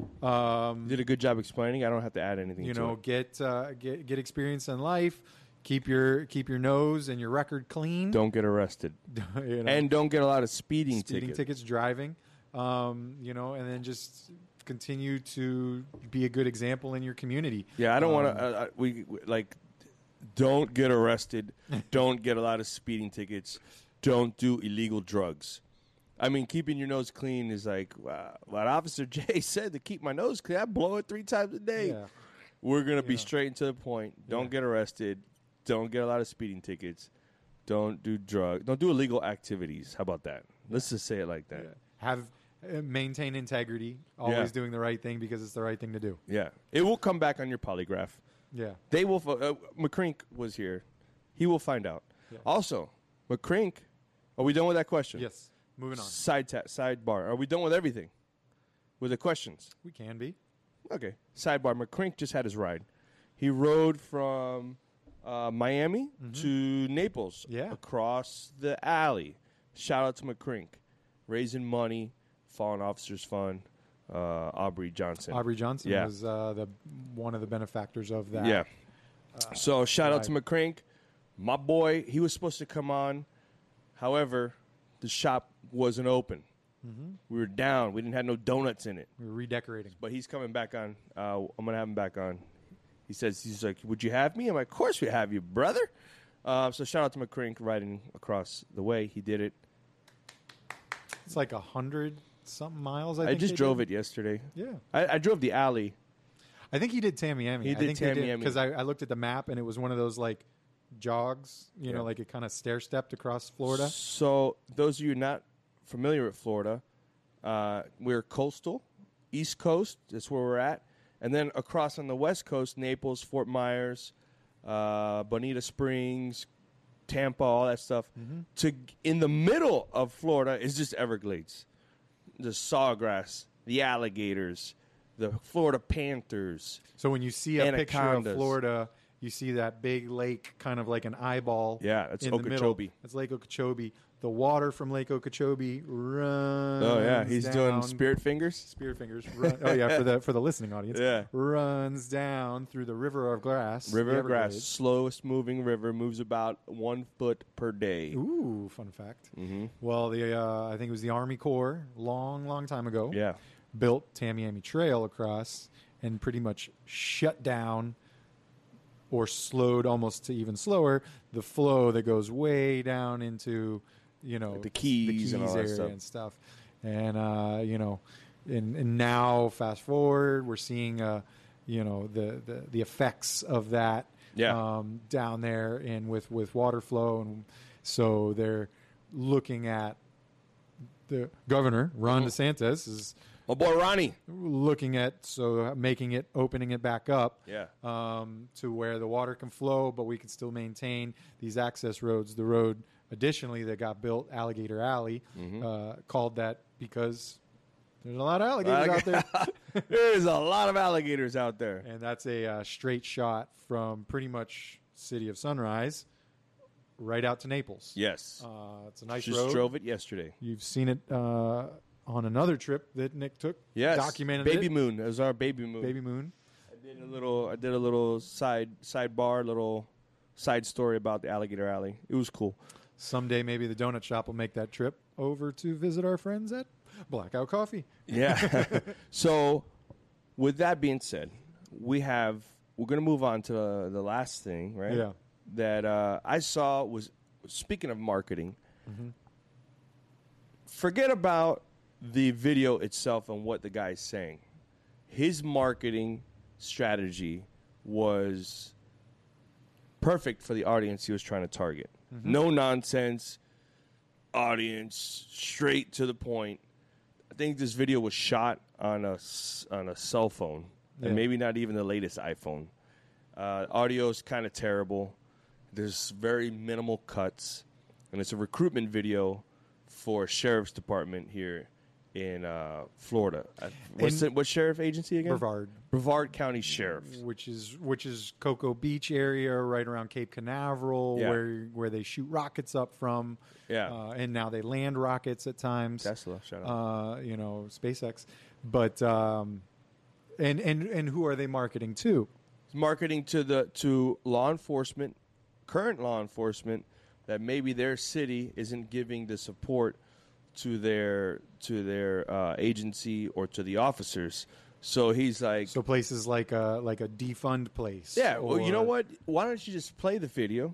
[SPEAKER 3] You did a good job explaining. I don't have to add anything.
[SPEAKER 2] You
[SPEAKER 3] to
[SPEAKER 2] know,
[SPEAKER 3] it.
[SPEAKER 2] get uh, get get experience in life. Keep your keep your nose and your record clean.
[SPEAKER 3] don't get arrested
[SPEAKER 2] you know,
[SPEAKER 3] and don't get a lot of speeding,
[SPEAKER 2] speeding
[SPEAKER 3] tickets.
[SPEAKER 2] tickets, driving. Um, you know, and then just continue to be a good example in your community.
[SPEAKER 3] Yeah, I
[SPEAKER 2] Um,
[SPEAKER 3] don't want to. Uh, we we- like, don't get arrested. don't get a lot of speeding tickets. Don't do illegal drugs. I mean, keeping your nose clean is like uh, what Officer Jay said to keep my nose clean. I blow it three times a day.
[SPEAKER 2] Yeah.
[SPEAKER 3] We're gonna be straight and to the point. Don't get arrested. Don't get a lot of speeding tickets. Don't do drug. Don't do illegal activities. How about that? Let's just say it like that.
[SPEAKER 2] have uh, maintain integrity. Always
[SPEAKER 3] Yeah.
[SPEAKER 2] doing the right thing because it's the right thing to do.
[SPEAKER 3] yeah, it will come back on your polygraph.
[SPEAKER 2] Yeah.
[SPEAKER 3] They will. fi- Uh, McCrink was here. He will find out. Also, McCrink. Are we done with that question?
[SPEAKER 2] Yes. Moving on.
[SPEAKER 3] Side ta- sidebar. Are we done with everything? With the questions.
[SPEAKER 2] We can be.
[SPEAKER 3] Okay. Sidebar. McCrink just had his ride. He rode from uh, Miami to Naples.
[SPEAKER 2] Mm-hmm. Yeah.
[SPEAKER 3] Across the alley. Shout out to McCrink, raising money, Fallen Officers Fund. Uh, Aubrey Johnson.
[SPEAKER 2] Aubrey Johnson
[SPEAKER 3] Yeah.
[SPEAKER 2] was uh, the one of the benefactors of that.
[SPEAKER 3] Yeah.
[SPEAKER 2] Uh,
[SPEAKER 3] so shout out to McCrink, my boy. He was supposed to come on, however, the shop wasn't open.
[SPEAKER 2] Mm-hmm.
[SPEAKER 3] We were down. We didn't have no donuts in it.
[SPEAKER 2] We were redecorating.
[SPEAKER 3] But he's coming back on. Uh, I'm gonna have him back on. He says he's like, "Would you have me?" I'm like, "Of course we have you, brother." Uh, so shout out to McCrink riding across the way. He did it.
[SPEAKER 2] It's like a hundred something miles. I,
[SPEAKER 3] I,
[SPEAKER 2] think
[SPEAKER 3] just
[SPEAKER 2] they
[SPEAKER 3] drove
[SPEAKER 2] did.
[SPEAKER 3] it yesterday.
[SPEAKER 2] Yeah,
[SPEAKER 3] I, I drove the alley.
[SPEAKER 2] I think he did Tamiami.
[SPEAKER 3] He
[SPEAKER 2] I
[SPEAKER 3] did
[SPEAKER 2] think
[SPEAKER 3] Tamiami.
[SPEAKER 2] because I, I looked at the map and it was one of those like jogs. You
[SPEAKER 3] Yeah.
[SPEAKER 2] know, like it kind of stair stepped across Florida.
[SPEAKER 3] So, those of you not familiar with Florida, uh, we're coastal, East Coast. That's where we're at, and then across on the West Coast, Naples, Fort Myers, uh, Bonita Springs, Tampa, all that stuff. To in the middle of Florida is just Everglades, the sawgrass, the alligators, the Florida panthers.
[SPEAKER 2] So when you see a picture of
[SPEAKER 3] Anacondas.
[SPEAKER 2] Florida, you see that big lake, kind of like an eyeball.
[SPEAKER 3] Yeah, that's
[SPEAKER 2] in the middle.
[SPEAKER 3] Okeechobee.
[SPEAKER 2] That's Lake Okeechobee, The water from Lake Okeechobee runs.
[SPEAKER 3] Oh yeah, he's doing
[SPEAKER 2] down-
[SPEAKER 3] spirit fingers.
[SPEAKER 2] spear fingers. Run, oh yeah, for the for the listening audience.
[SPEAKER 3] Yeah.
[SPEAKER 2] runs down through the river of grass. the
[SPEAKER 3] River of grass,
[SPEAKER 2] Everglades.
[SPEAKER 3] slowest moving river, moves about one foot per day.
[SPEAKER 2] Ooh, fun fact.
[SPEAKER 3] Mm-hmm.
[SPEAKER 2] Well, the uh, I think it was the Army Corps, long, long time ago.
[SPEAKER 3] Yeah.
[SPEAKER 2] built Tamiami Trail across and pretty much shut down or slowed almost to even slower the flow that goes way down into you know
[SPEAKER 3] The Keys and all that
[SPEAKER 2] area
[SPEAKER 3] stuff.
[SPEAKER 2] and stuff and uh, you know and, and now fast forward we're seeing uh, you know the, the the effects of that
[SPEAKER 3] Yeah.
[SPEAKER 2] um, down there and with with water flow and so they're looking at the governor Ron DeSantis is
[SPEAKER 3] My boy Ronnie.
[SPEAKER 2] looking at so making it opening it back up
[SPEAKER 3] Yeah.
[SPEAKER 2] um, to where the water can flow but we can still maintain these access roads the road additionally that got built alligator alley
[SPEAKER 3] Mm-hmm.
[SPEAKER 2] uh, called that because there's a lot of alligators out there
[SPEAKER 3] There's a lot of alligators out there.
[SPEAKER 2] and that's a uh, straight shot from pretty much city of sunrise right out to naples
[SPEAKER 3] Yes.
[SPEAKER 2] uh, it's a nice
[SPEAKER 3] Just
[SPEAKER 2] road
[SPEAKER 3] drove it yesterday.
[SPEAKER 2] you've seen it uh, on another trip that nick took
[SPEAKER 3] Yes.
[SPEAKER 2] documented
[SPEAKER 3] Baby
[SPEAKER 2] it.
[SPEAKER 3] Moon. It was our baby moon.
[SPEAKER 2] baby moon
[SPEAKER 3] I did a little. I did a little side sidebar, little side story about the alligator alley. It was cool.
[SPEAKER 2] Someday, maybe the donut shop will make that trip over to visit our friends at Blackout Coffee.
[SPEAKER 3] Yeah. so, with that being said, we have we're gonna move on to uh, the, the last thing, right?
[SPEAKER 2] Yeah.
[SPEAKER 3] That uh, I saw was speaking of marketing. Forget about the video itself and what the guy's saying. His marketing strategy was perfect for the audience he was trying to target.
[SPEAKER 2] Mm-hmm.
[SPEAKER 3] No nonsense, audience, straight to the point. I think this video was shot on a s- on a cell phone,
[SPEAKER 2] Yeah.
[SPEAKER 3] and maybe not even the latest iPhone. Uh, Audio is kind of terrible. There's very minimal cuts, and it's a recruitment video for a sheriff's department here in uh, Florida. Uh, What's
[SPEAKER 2] In-
[SPEAKER 3] it, what sheriff agency again?
[SPEAKER 2] Brevard.
[SPEAKER 3] Brevard County Sheriff's.
[SPEAKER 2] Which is which is Cocoa Beach area, right around Cape Canaveral,
[SPEAKER 3] Yeah.
[SPEAKER 2] where where they shoot rockets up from.
[SPEAKER 3] Yeah.
[SPEAKER 2] uh, and now they land rockets at times.
[SPEAKER 3] Tesla, shout out.
[SPEAKER 2] uh, you know SpaceX, but um, and and and who are they marketing to?
[SPEAKER 3] marketing to the to law enforcement, current law enforcement, that maybe their city isn't giving the support to their to their uh, agency or to the officers. So he's like,
[SPEAKER 2] So places like a like a defund place.
[SPEAKER 3] yeah, well, you know
[SPEAKER 2] or-
[SPEAKER 3] what? Why don't you just play the video,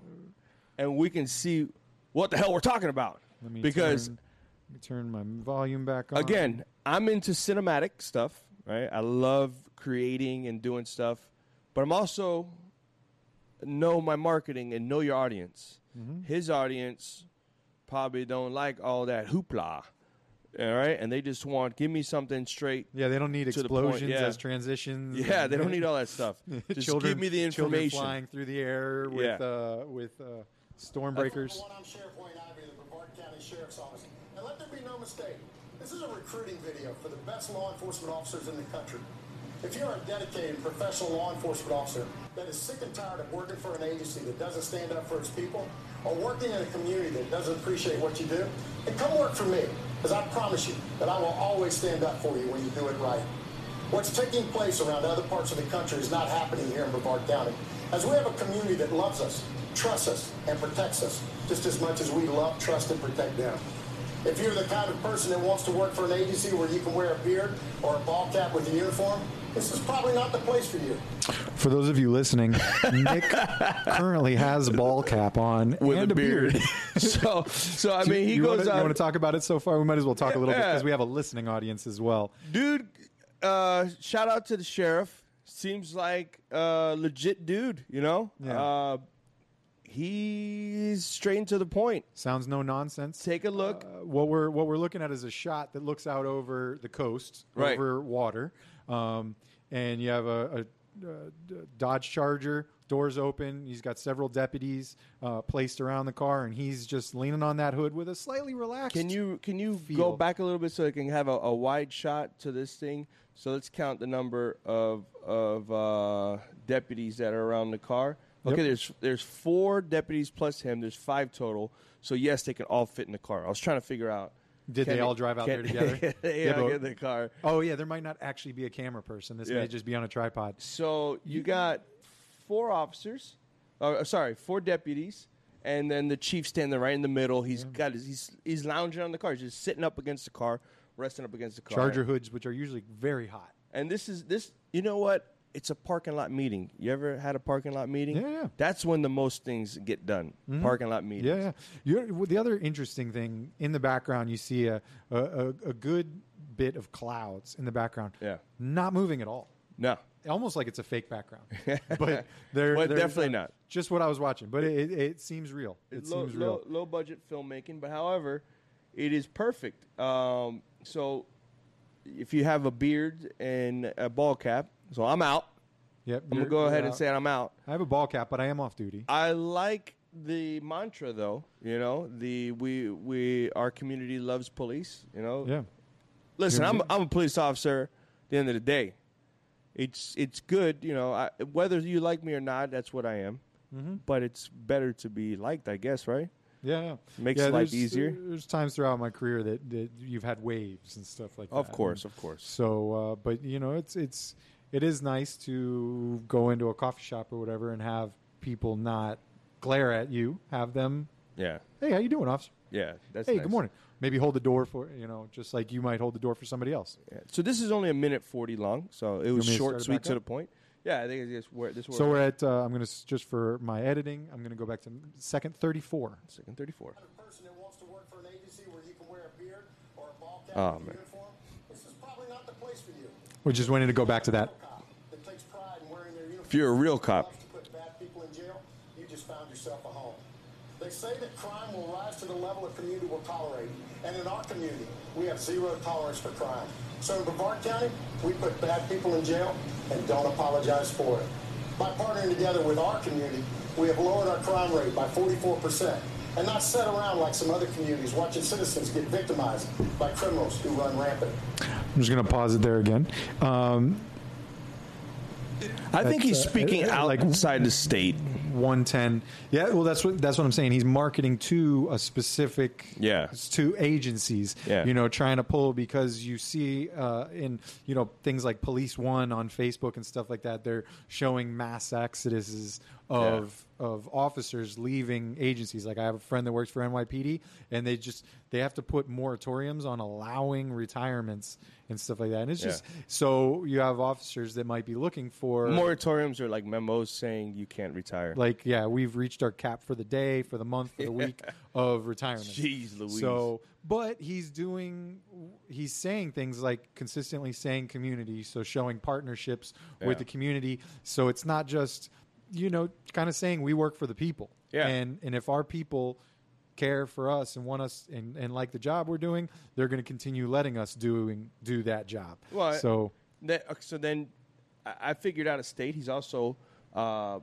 [SPEAKER 3] and we can see what the hell we're talking about?
[SPEAKER 2] Let me
[SPEAKER 3] Because
[SPEAKER 2] turn, let me turn my volume back on
[SPEAKER 3] again, I'm into cinematic stuff, right? I love creating and doing stuff, but I'm also know my marketing and know your audience.
[SPEAKER 2] Mm-hmm.
[SPEAKER 3] His audience probably don't like all that hoopla, all right? And they just want give me something straight.
[SPEAKER 2] Yeah, they don't need
[SPEAKER 3] to the point,
[SPEAKER 2] explosions
[SPEAKER 3] yeah.
[SPEAKER 2] as transitions.
[SPEAKER 3] Yeah,
[SPEAKER 2] and-
[SPEAKER 3] they don't need all that stuff. Just
[SPEAKER 2] children,
[SPEAKER 3] give me the
[SPEAKER 2] children
[SPEAKER 3] information.
[SPEAKER 2] flying through the air with
[SPEAKER 3] Yeah.
[SPEAKER 2] uh, with uh, storm breakers.
[SPEAKER 4] Everyone, I'm Sheriff Wayne Ivey, the Brevard County Sheriff's Office. And let there be no mistake, this is a recruiting video for the best law enforcement officers in the country. If you're a dedicated professional law enforcement officer that is sick and tired of working for an agency that doesn't stand up for its people, or working in a community that doesn't appreciate what you do, then come work for me, because I promise you that I will always stand up for you when you do it right. What's taking place around other parts of the country is not happening here in Brevard County, as we have a community that loves us, trusts us, and protects us just as much as we love, trust, and protect them. If you're the kind of person that wants to work for an agency where you can wear a beard or a ball cap with a uniform, this is probably not the place for you.
[SPEAKER 2] For those of you listening, Nick currently has a ball cap on
[SPEAKER 3] With
[SPEAKER 2] and
[SPEAKER 3] a beard, so so I mean he
[SPEAKER 2] you
[SPEAKER 3] goes
[SPEAKER 2] wanna,
[SPEAKER 3] out.
[SPEAKER 2] You want to talk about it so far? We might as well talk a little bit
[SPEAKER 3] Yeah.
[SPEAKER 2] because we have a listening audience as well.
[SPEAKER 3] dude uh shout out to the sheriff seems like a legit dude you know
[SPEAKER 2] Yeah.
[SPEAKER 3] uh he's straight and to the point
[SPEAKER 2] Sounds no nonsense.
[SPEAKER 3] take a look
[SPEAKER 2] Uh, what we're what we're looking at is a shot that looks out over the coast,
[SPEAKER 3] Right.
[SPEAKER 2] over water, um, and you have a, a, uh d Dodge Charger. Doors open. He's got several deputies uh, placed around the car, and he's just leaning on that hood with a slightly relaxed.
[SPEAKER 3] can you can you go
[SPEAKER 2] feel.
[SPEAKER 3] back a little bit so i can have a, a wide shot to this thing so let's count the number of of uh deputies that are around the car Okay, there's there's four deputies plus him. There's five total. So yes, they can all fit in the car. I was trying to figure out.
[SPEAKER 2] Did
[SPEAKER 3] can
[SPEAKER 2] they all drive out there
[SPEAKER 3] can-
[SPEAKER 2] together?
[SPEAKER 3] they
[SPEAKER 2] Yeah,
[SPEAKER 3] all
[SPEAKER 2] but-
[SPEAKER 3] get in the car.
[SPEAKER 2] Oh yeah, there might not actually be a camera person. This
[SPEAKER 3] Yeah.
[SPEAKER 2] may just be on a tripod.
[SPEAKER 3] So you got four officers, or uh, sorry, four deputies, and then the chief standing right in the middle. He's got his, he's he's lounging on the car. He's just sitting up against the car, resting up against the car.
[SPEAKER 2] Charger hoods, which are usually very hot.
[SPEAKER 3] And this is this. You know what? It's a parking lot meeting. You ever had a parking lot meeting?
[SPEAKER 2] Yeah, yeah.
[SPEAKER 3] That's when the most things get done. Parking lot meetings.
[SPEAKER 2] Yeah, yeah. You're, well, the other interesting thing in the background, you see a, a, a, a good bit of clouds in the background.
[SPEAKER 3] Yeah.
[SPEAKER 2] not moving at all.
[SPEAKER 3] No.
[SPEAKER 2] Almost like it's a fake background, but they're,
[SPEAKER 3] But
[SPEAKER 2] they're
[SPEAKER 3] definitely not.
[SPEAKER 2] Just what I was watching, but it, it, it seems real. It
[SPEAKER 3] low,
[SPEAKER 2] seems real.
[SPEAKER 3] Low, low budget filmmaking, but however, it is perfect. Um, so if you have a beard and a ball cap, so I'm out.
[SPEAKER 2] Yep,
[SPEAKER 3] I'm
[SPEAKER 2] you're-
[SPEAKER 3] gonna go
[SPEAKER 2] you're
[SPEAKER 3] ahead and
[SPEAKER 2] out.
[SPEAKER 3] say I'm out.
[SPEAKER 2] I have a ball cap, but I am off duty.
[SPEAKER 3] I like the mantra though. You know, the we we our community loves police. You know,
[SPEAKER 2] yeah,
[SPEAKER 3] Listen,
[SPEAKER 2] Here's
[SPEAKER 3] I'm
[SPEAKER 2] it.
[SPEAKER 3] I'm a police officer. At the end of the day, it's it's good. You know, I, whether you like me or not, that's what I am.
[SPEAKER 2] Mm-hmm.
[SPEAKER 3] But it's better to be liked, I guess, right?
[SPEAKER 2] yeah, yeah.
[SPEAKER 3] Makes
[SPEAKER 2] yeah,
[SPEAKER 3] life
[SPEAKER 2] there's-
[SPEAKER 3] easier.
[SPEAKER 2] There's times throughout my career that, that you've had waves and stuff like that.
[SPEAKER 3] Of course,
[SPEAKER 2] And
[SPEAKER 3] of course.
[SPEAKER 2] So, uh, but you know, it's it's it is nice to go into a coffee shop or whatever and have people not glare at you. Have them,
[SPEAKER 3] Yeah,
[SPEAKER 2] hey, how you doing, officer?
[SPEAKER 3] yeah. That's
[SPEAKER 2] hey,
[SPEAKER 3] nice.
[SPEAKER 2] good morning. Maybe hold the door for you know, just like you might hold the door for somebody else.
[SPEAKER 3] Yeah. So this is only a minute forty long, so it was
[SPEAKER 2] me to
[SPEAKER 3] short,
[SPEAKER 2] start it
[SPEAKER 3] sweet,
[SPEAKER 2] back
[SPEAKER 3] to the
[SPEAKER 2] up?
[SPEAKER 3] point. Yeah, I think it's where this
[SPEAKER 2] So we're at. Uh, I'm gonna s- just for my editing. I'm gonna go back to second 34.
[SPEAKER 3] second thirty-four.
[SPEAKER 4] kind of person that wants to work for an agency where you can wear a beard or a ball cap
[SPEAKER 3] Oh,
[SPEAKER 4] with a
[SPEAKER 3] man.
[SPEAKER 4] uniform, this is probably not the place for you.
[SPEAKER 2] We just wanted to go back to that.
[SPEAKER 4] Cop that takes pride in wearing their uniform.
[SPEAKER 3] If you're a real cop.
[SPEAKER 4] loves to put bad people in jail, you just found yourself a home. They say that crime will rise to the level a community will tolerate. And in our community, we have zero tolerance for crime. So in Brevard County, we put bad people in jail and don't apologize for it. By partnering together with our community, we have lowered our crime rate by 44% and not sat around like some other communities watching citizens get victimized by criminals who run rampant.
[SPEAKER 2] I'm just gonna pause it there again. Um,
[SPEAKER 3] I
[SPEAKER 2] That's,
[SPEAKER 3] think he's
[SPEAKER 2] uh,
[SPEAKER 3] speaking
[SPEAKER 2] uh, like-
[SPEAKER 3] outside the state.
[SPEAKER 2] 110. Yeah, well, that's what that's what I'm saying. He's marketing to a specific,
[SPEAKER 3] Yeah.
[SPEAKER 2] to agencies.
[SPEAKER 3] Yeah.
[SPEAKER 2] you know, trying to pull because you see uh, in you know things like Police One on Facebook and stuff like that. They're showing mass exoduses of of officers leaving agencies. Like I have a friend that works for NYPD, and they just they have to put moratoriums on allowing retirements and stuff like that. And it's
[SPEAKER 3] Yeah.
[SPEAKER 2] just so you have officers that might be looking for
[SPEAKER 3] Moratoriums are like memos saying you can't retire.
[SPEAKER 2] like yeah we've reached our cap for the day for the month for the week of retirement
[SPEAKER 3] Jeez Louise.
[SPEAKER 2] so but he's doing he's saying things like consistently saying community so showing partnerships
[SPEAKER 3] Yeah.
[SPEAKER 2] with the community so it's not just you know kind of saying we work for the people
[SPEAKER 3] Yeah.
[SPEAKER 2] and and if our people care for us and want us and, and like the job we're doing they're going to continue letting us doing do that job
[SPEAKER 3] Well, I-
[SPEAKER 2] so
[SPEAKER 3] That, uh, so then I, I figured out a state. He's also uh,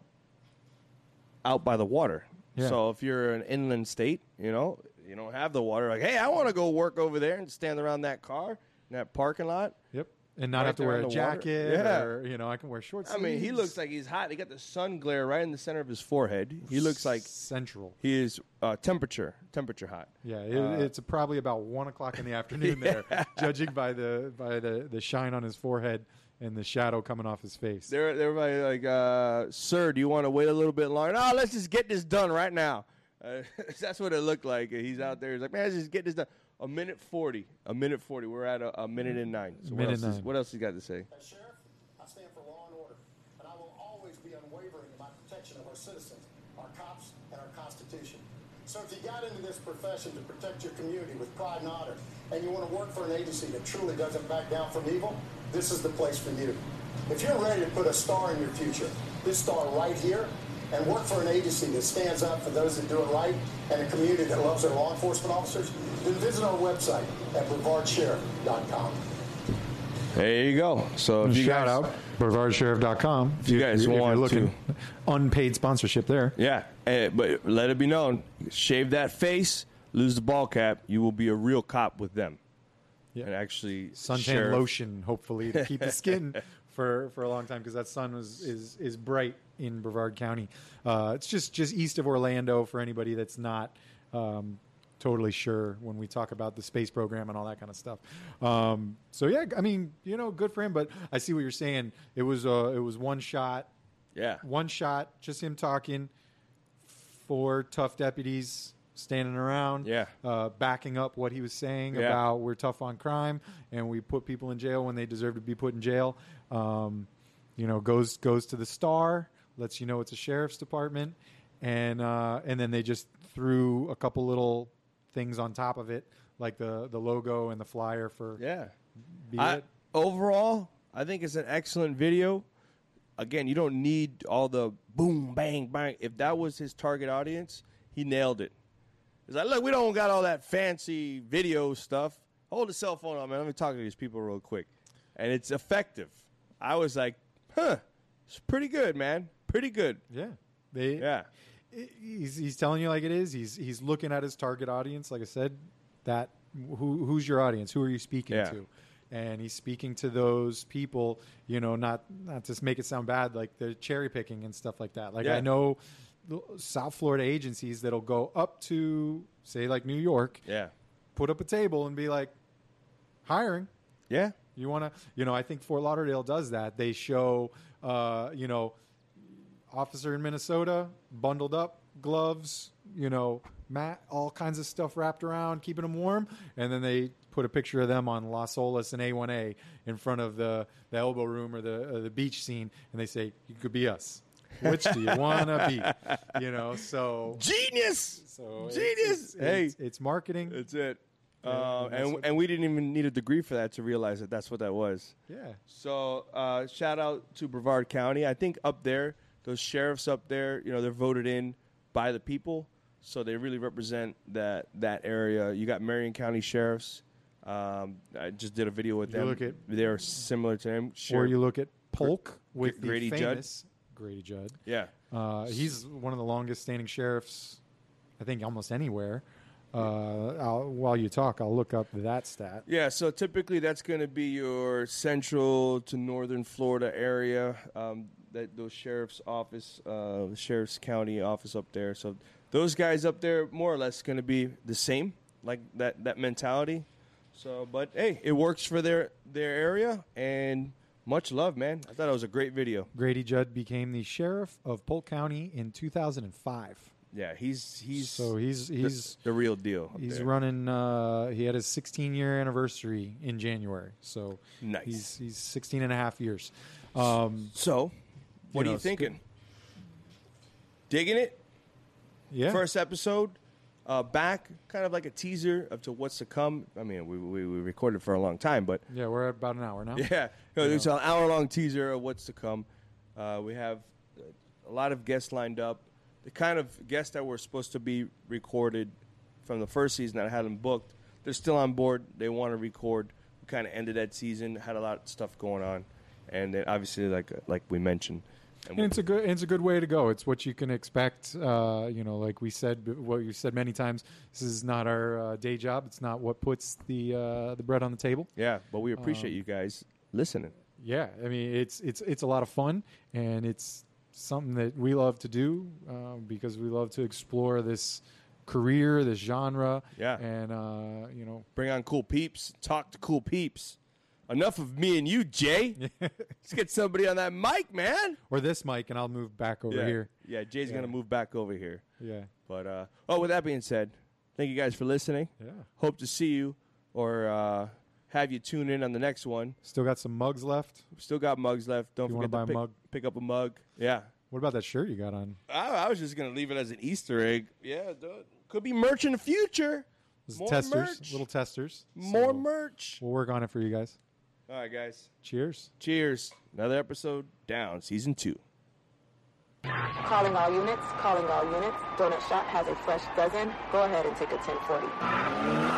[SPEAKER 3] out by the water.
[SPEAKER 2] Yeah.
[SPEAKER 3] So if you're an inland state, you know, you don't have the water. Like, hey, I want to go work over there and stand around that car in that parking lot.
[SPEAKER 2] yep and not
[SPEAKER 3] Right
[SPEAKER 2] have to
[SPEAKER 3] there
[SPEAKER 2] wear
[SPEAKER 3] in
[SPEAKER 2] a
[SPEAKER 3] the water.
[SPEAKER 2] jacket
[SPEAKER 3] Yeah.
[SPEAKER 2] or you know i can wear shorts
[SPEAKER 3] I mean, he looks like he's hot. He got the sun glare right in the center of his forehead. He looks like
[SPEAKER 2] central
[SPEAKER 3] he is uh, temperature, temperature hot.
[SPEAKER 2] Yeah, it,
[SPEAKER 3] Uh,
[SPEAKER 2] it's probably about one o'clock in the afternoon there, judging by the by the, the shine on his forehead and the shadow coming off his face.
[SPEAKER 3] They're, they're everybody like, uh, sir, do you want to wait a little bit longer? No, let's just get this done right now. Uh, that's what it looked like. He's out there. He's like, man, let's just get this done. A minute 40. A minute 40. We're at a, a minute and nine. So what,
[SPEAKER 2] Minute
[SPEAKER 3] else Is,
[SPEAKER 2] nine.
[SPEAKER 3] what else he got to say?
[SPEAKER 4] As sheriff, I stand for law and order, and I will always be unwavering in my protection of our citizens, our cops, and our Constitution. So if you got into this profession to protect your community with pride and honor, and you want to work for an agency that truly doesn't back down from evil, this is the place for you. If you're ready to put a star in your future, this star right here, and work for an agency that stands up for those that do it right and a community that loves their law enforcement officers, then visit our website at brevardsheriff.com.
[SPEAKER 3] There you go. So if you
[SPEAKER 2] Shout
[SPEAKER 3] guys,
[SPEAKER 2] out BulevardSheriff.com. If
[SPEAKER 3] you guys
[SPEAKER 2] if you're
[SPEAKER 3] want
[SPEAKER 2] looking unpaid sponsorship there.
[SPEAKER 3] Yeah. Eh, but let it be known shave that face, lose the ball cap. You will be a real cop with them.
[SPEAKER 2] Yeah.
[SPEAKER 3] And actually,
[SPEAKER 2] Suntan
[SPEAKER 3] sheriff-
[SPEAKER 2] lotion, hopefully, to keep the skin for, for a long time because that sun was, is is bright in Brevard County. Uh, it's just just east of Orlando for anybody that's not um, totally sure when we talk about the space program and all that kind of stuff. Um, so yeah, I mean, you know, good for him. But I see what you're saying. It was uh, it was one shot,
[SPEAKER 3] Yeah.
[SPEAKER 2] one shot, just him talking. Four tough deputies standing around,
[SPEAKER 3] Yeah.
[SPEAKER 2] uh, backing up what he was saying
[SPEAKER 3] Yeah.
[SPEAKER 2] about we're tough on crime and we put people in jail when they deserve to be put in jail. Um, you know, goes goes to the star, lets you know it's a sheriff's department, and uh, and then they just threw a couple little things on top of it, like the the logo and the flyer for
[SPEAKER 3] Yeah.
[SPEAKER 2] Be
[SPEAKER 3] I,
[SPEAKER 2] It.
[SPEAKER 3] overall, I think it's an excellent video. Again, you don't need all the boom, bang, bang. If that was his target audience, he nailed it. He's like, look, we don't got all that fancy video stuff. Hold the cell phone up, man. Let me talk to these people real quick. And it's effective. I was like, huh, it's pretty good, man. Pretty good.
[SPEAKER 2] Yeah, they
[SPEAKER 3] Yeah.
[SPEAKER 2] he's he's telling you like it is. He's he's looking at his target audience. Like I said, that who who's your audience? Who are you speaking
[SPEAKER 3] Yeah.
[SPEAKER 2] to? And he's speaking to those people. You know, not not to make it sound bad, like the cherry picking and stuff like that. Like
[SPEAKER 3] Yeah.
[SPEAKER 2] I know the South Florida agencies that'll go up to say like New York,
[SPEAKER 3] Yeah.
[SPEAKER 2] put up a table and be like hiring.
[SPEAKER 3] Yeah.
[SPEAKER 2] You want to, you know, I think Fort Lauderdale does that. They show, uh, you know, officer in Minnesota bundled up, gloves, you know, mat, all kinds of stuff wrapped around, keeping them warm, and then they put a picture of them on Las Olas and A1A in front of the the elbow room or the uh, the beach scene, and they say, "You could be us." Which do you want to be? You know, so
[SPEAKER 3] Genius.
[SPEAKER 2] so it's-
[SPEAKER 3] Genius.
[SPEAKER 2] it's-
[SPEAKER 3] hey.
[SPEAKER 2] it's, it's marketing.
[SPEAKER 3] That's it.
[SPEAKER 2] Yeah,
[SPEAKER 3] Uh,
[SPEAKER 2] and that's
[SPEAKER 3] and
[SPEAKER 2] what-
[SPEAKER 3] and we didn't even need a degree for that to realize that that's what that was.
[SPEAKER 2] yeah,
[SPEAKER 3] So uh, shout out to Brevard County. I think up there, those sheriffs up there, you know, they're voted in by the people, so they really represent that that area. You got Marion County sheriffs. Um, I just did a video with
[SPEAKER 2] You
[SPEAKER 3] them.
[SPEAKER 2] look at-
[SPEAKER 3] they're similar to him.
[SPEAKER 2] or
[SPEAKER 3] Sheriff-
[SPEAKER 2] you look at Polk with the
[SPEAKER 3] Grady Judd.
[SPEAKER 2] famous Grady Judd.
[SPEAKER 3] yeah,
[SPEAKER 2] Uh, he's one of the longest standing sheriffs, I think, almost anywhere. Uh, I'll, while you talk, I'll look up that stat.
[SPEAKER 3] Yeah, so typically that's going to be your central to northern Florida area. Um, that those sheriff's office, uh, sheriff's county office up there. So those guys up there, more or less, going to be the same, like that that mentality. So, but hey, it works for their their area, and much love, man. I thought it was a great video.
[SPEAKER 2] Grady Judd became the sheriff of Polk County in 2005.
[SPEAKER 3] Yeah, he's he's
[SPEAKER 2] so he's
[SPEAKER 3] the-
[SPEAKER 2] he's
[SPEAKER 3] the, real deal. up
[SPEAKER 2] he's
[SPEAKER 3] there.
[SPEAKER 2] running. Uh, he had his 16 year anniversary in January. So
[SPEAKER 3] Nice.
[SPEAKER 2] He's he's 16 and a half years. Um,
[SPEAKER 3] So,
[SPEAKER 2] know,
[SPEAKER 3] what are you
[SPEAKER 2] it's good.
[SPEAKER 3] thinking? Digging it?
[SPEAKER 2] yeah.
[SPEAKER 3] first episode uh, back, kind of like a teaser of to what's to come. I mean, we, we, we recorded for a long time, but
[SPEAKER 2] Yeah, we're at about an hour now.
[SPEAKER 3] yeah, no, it's an hour long teaser of what's to come. Uh, we have uh, a lot of guests lined up. The kind of guests that were supposed to be recorded from the first season that I had them booked, they're still on board. They want to record. We kind of ended that season, had a lot of stuff going on, and then obviously, like like we mentioned, and
[SPEAKER 2] And
[SPEAKER 3] we'll-
[SPEAKER 2] it's a good, it's a good way to go. It's what you can expect. Uh, you know, like we said, what you said many times. This is not our uh, day job. It's not what puts the uh, the bread on the table.
[SPEAKER 3] yeah, but we
[SPEAKER 2] um,
[SPEAKER 3] appreciate you guys listening.
[SPEAKER 2] Yeah, I mean, it's it's it's a lot of fun, and it's something that we love to do uh, because we love to explore this career, this genre.
[SPEAKER 3] Yeah.
[SPEAKER 2] and uh, you know,
[SPEAKER 3] Bring on cool peeps. Talk to cool peeps. Enough of me and you, Jay. Let's get somebody on that mic, man.
[SPEAKER 2] or this mic, and I'll move back over
[SPEAKER 3] yeah.
[SPEAKER 2] here.
[SPEAKER 3] Yeah, Jay's gonna move back over here.
[SPEAKER 2] Yeah,
[SPEAKER 3] But uh, oh, with that being said, thank you guys for listening.
[SPEAKER 2] yeah.
[SPEAKER 3] Hope to see you or uh, have you tune in on the next one.
[SPEAKER 2] Still got some mugs left.
[SPEAKER 3] We've still got mugs left. Don't
[SPEAKER 2] You wanna
[SPEAKER 3] forget to
[SPEAKER 2] buy a
[SPEAKER 3] pick,
[SPEAKER 2] mug?
[SPEAKER 3] pick up a mug. Yeah.
[SPEAKER 2] What about that shirt you got on?
[SPEAKER 3] I, I was just gonna leave it as an Easter egg. Yeah, dude. could be merch in the future.
[SPEAKER 2] Those
[SPEAKER 3] More
[SPEAKER 2] testers,
[SPEAKER 3] merch.
[SPEAKER 2] little testers.
[SPEAKER 3] More
[SPEAKER 2] So
[SPEAKER 3] merch.
[SPEAKER 2] We'll work on it for you guys.
[SPEAKER 3] All right, guys.
[SPEAKER 2] Cheers.
[SPEAKER 3] Cheers. Another episode down, season two.
[SPEAKER 1] Calling all units, calling all units. Donut Shop has a fresh dozen. Go ahead and take a 1040.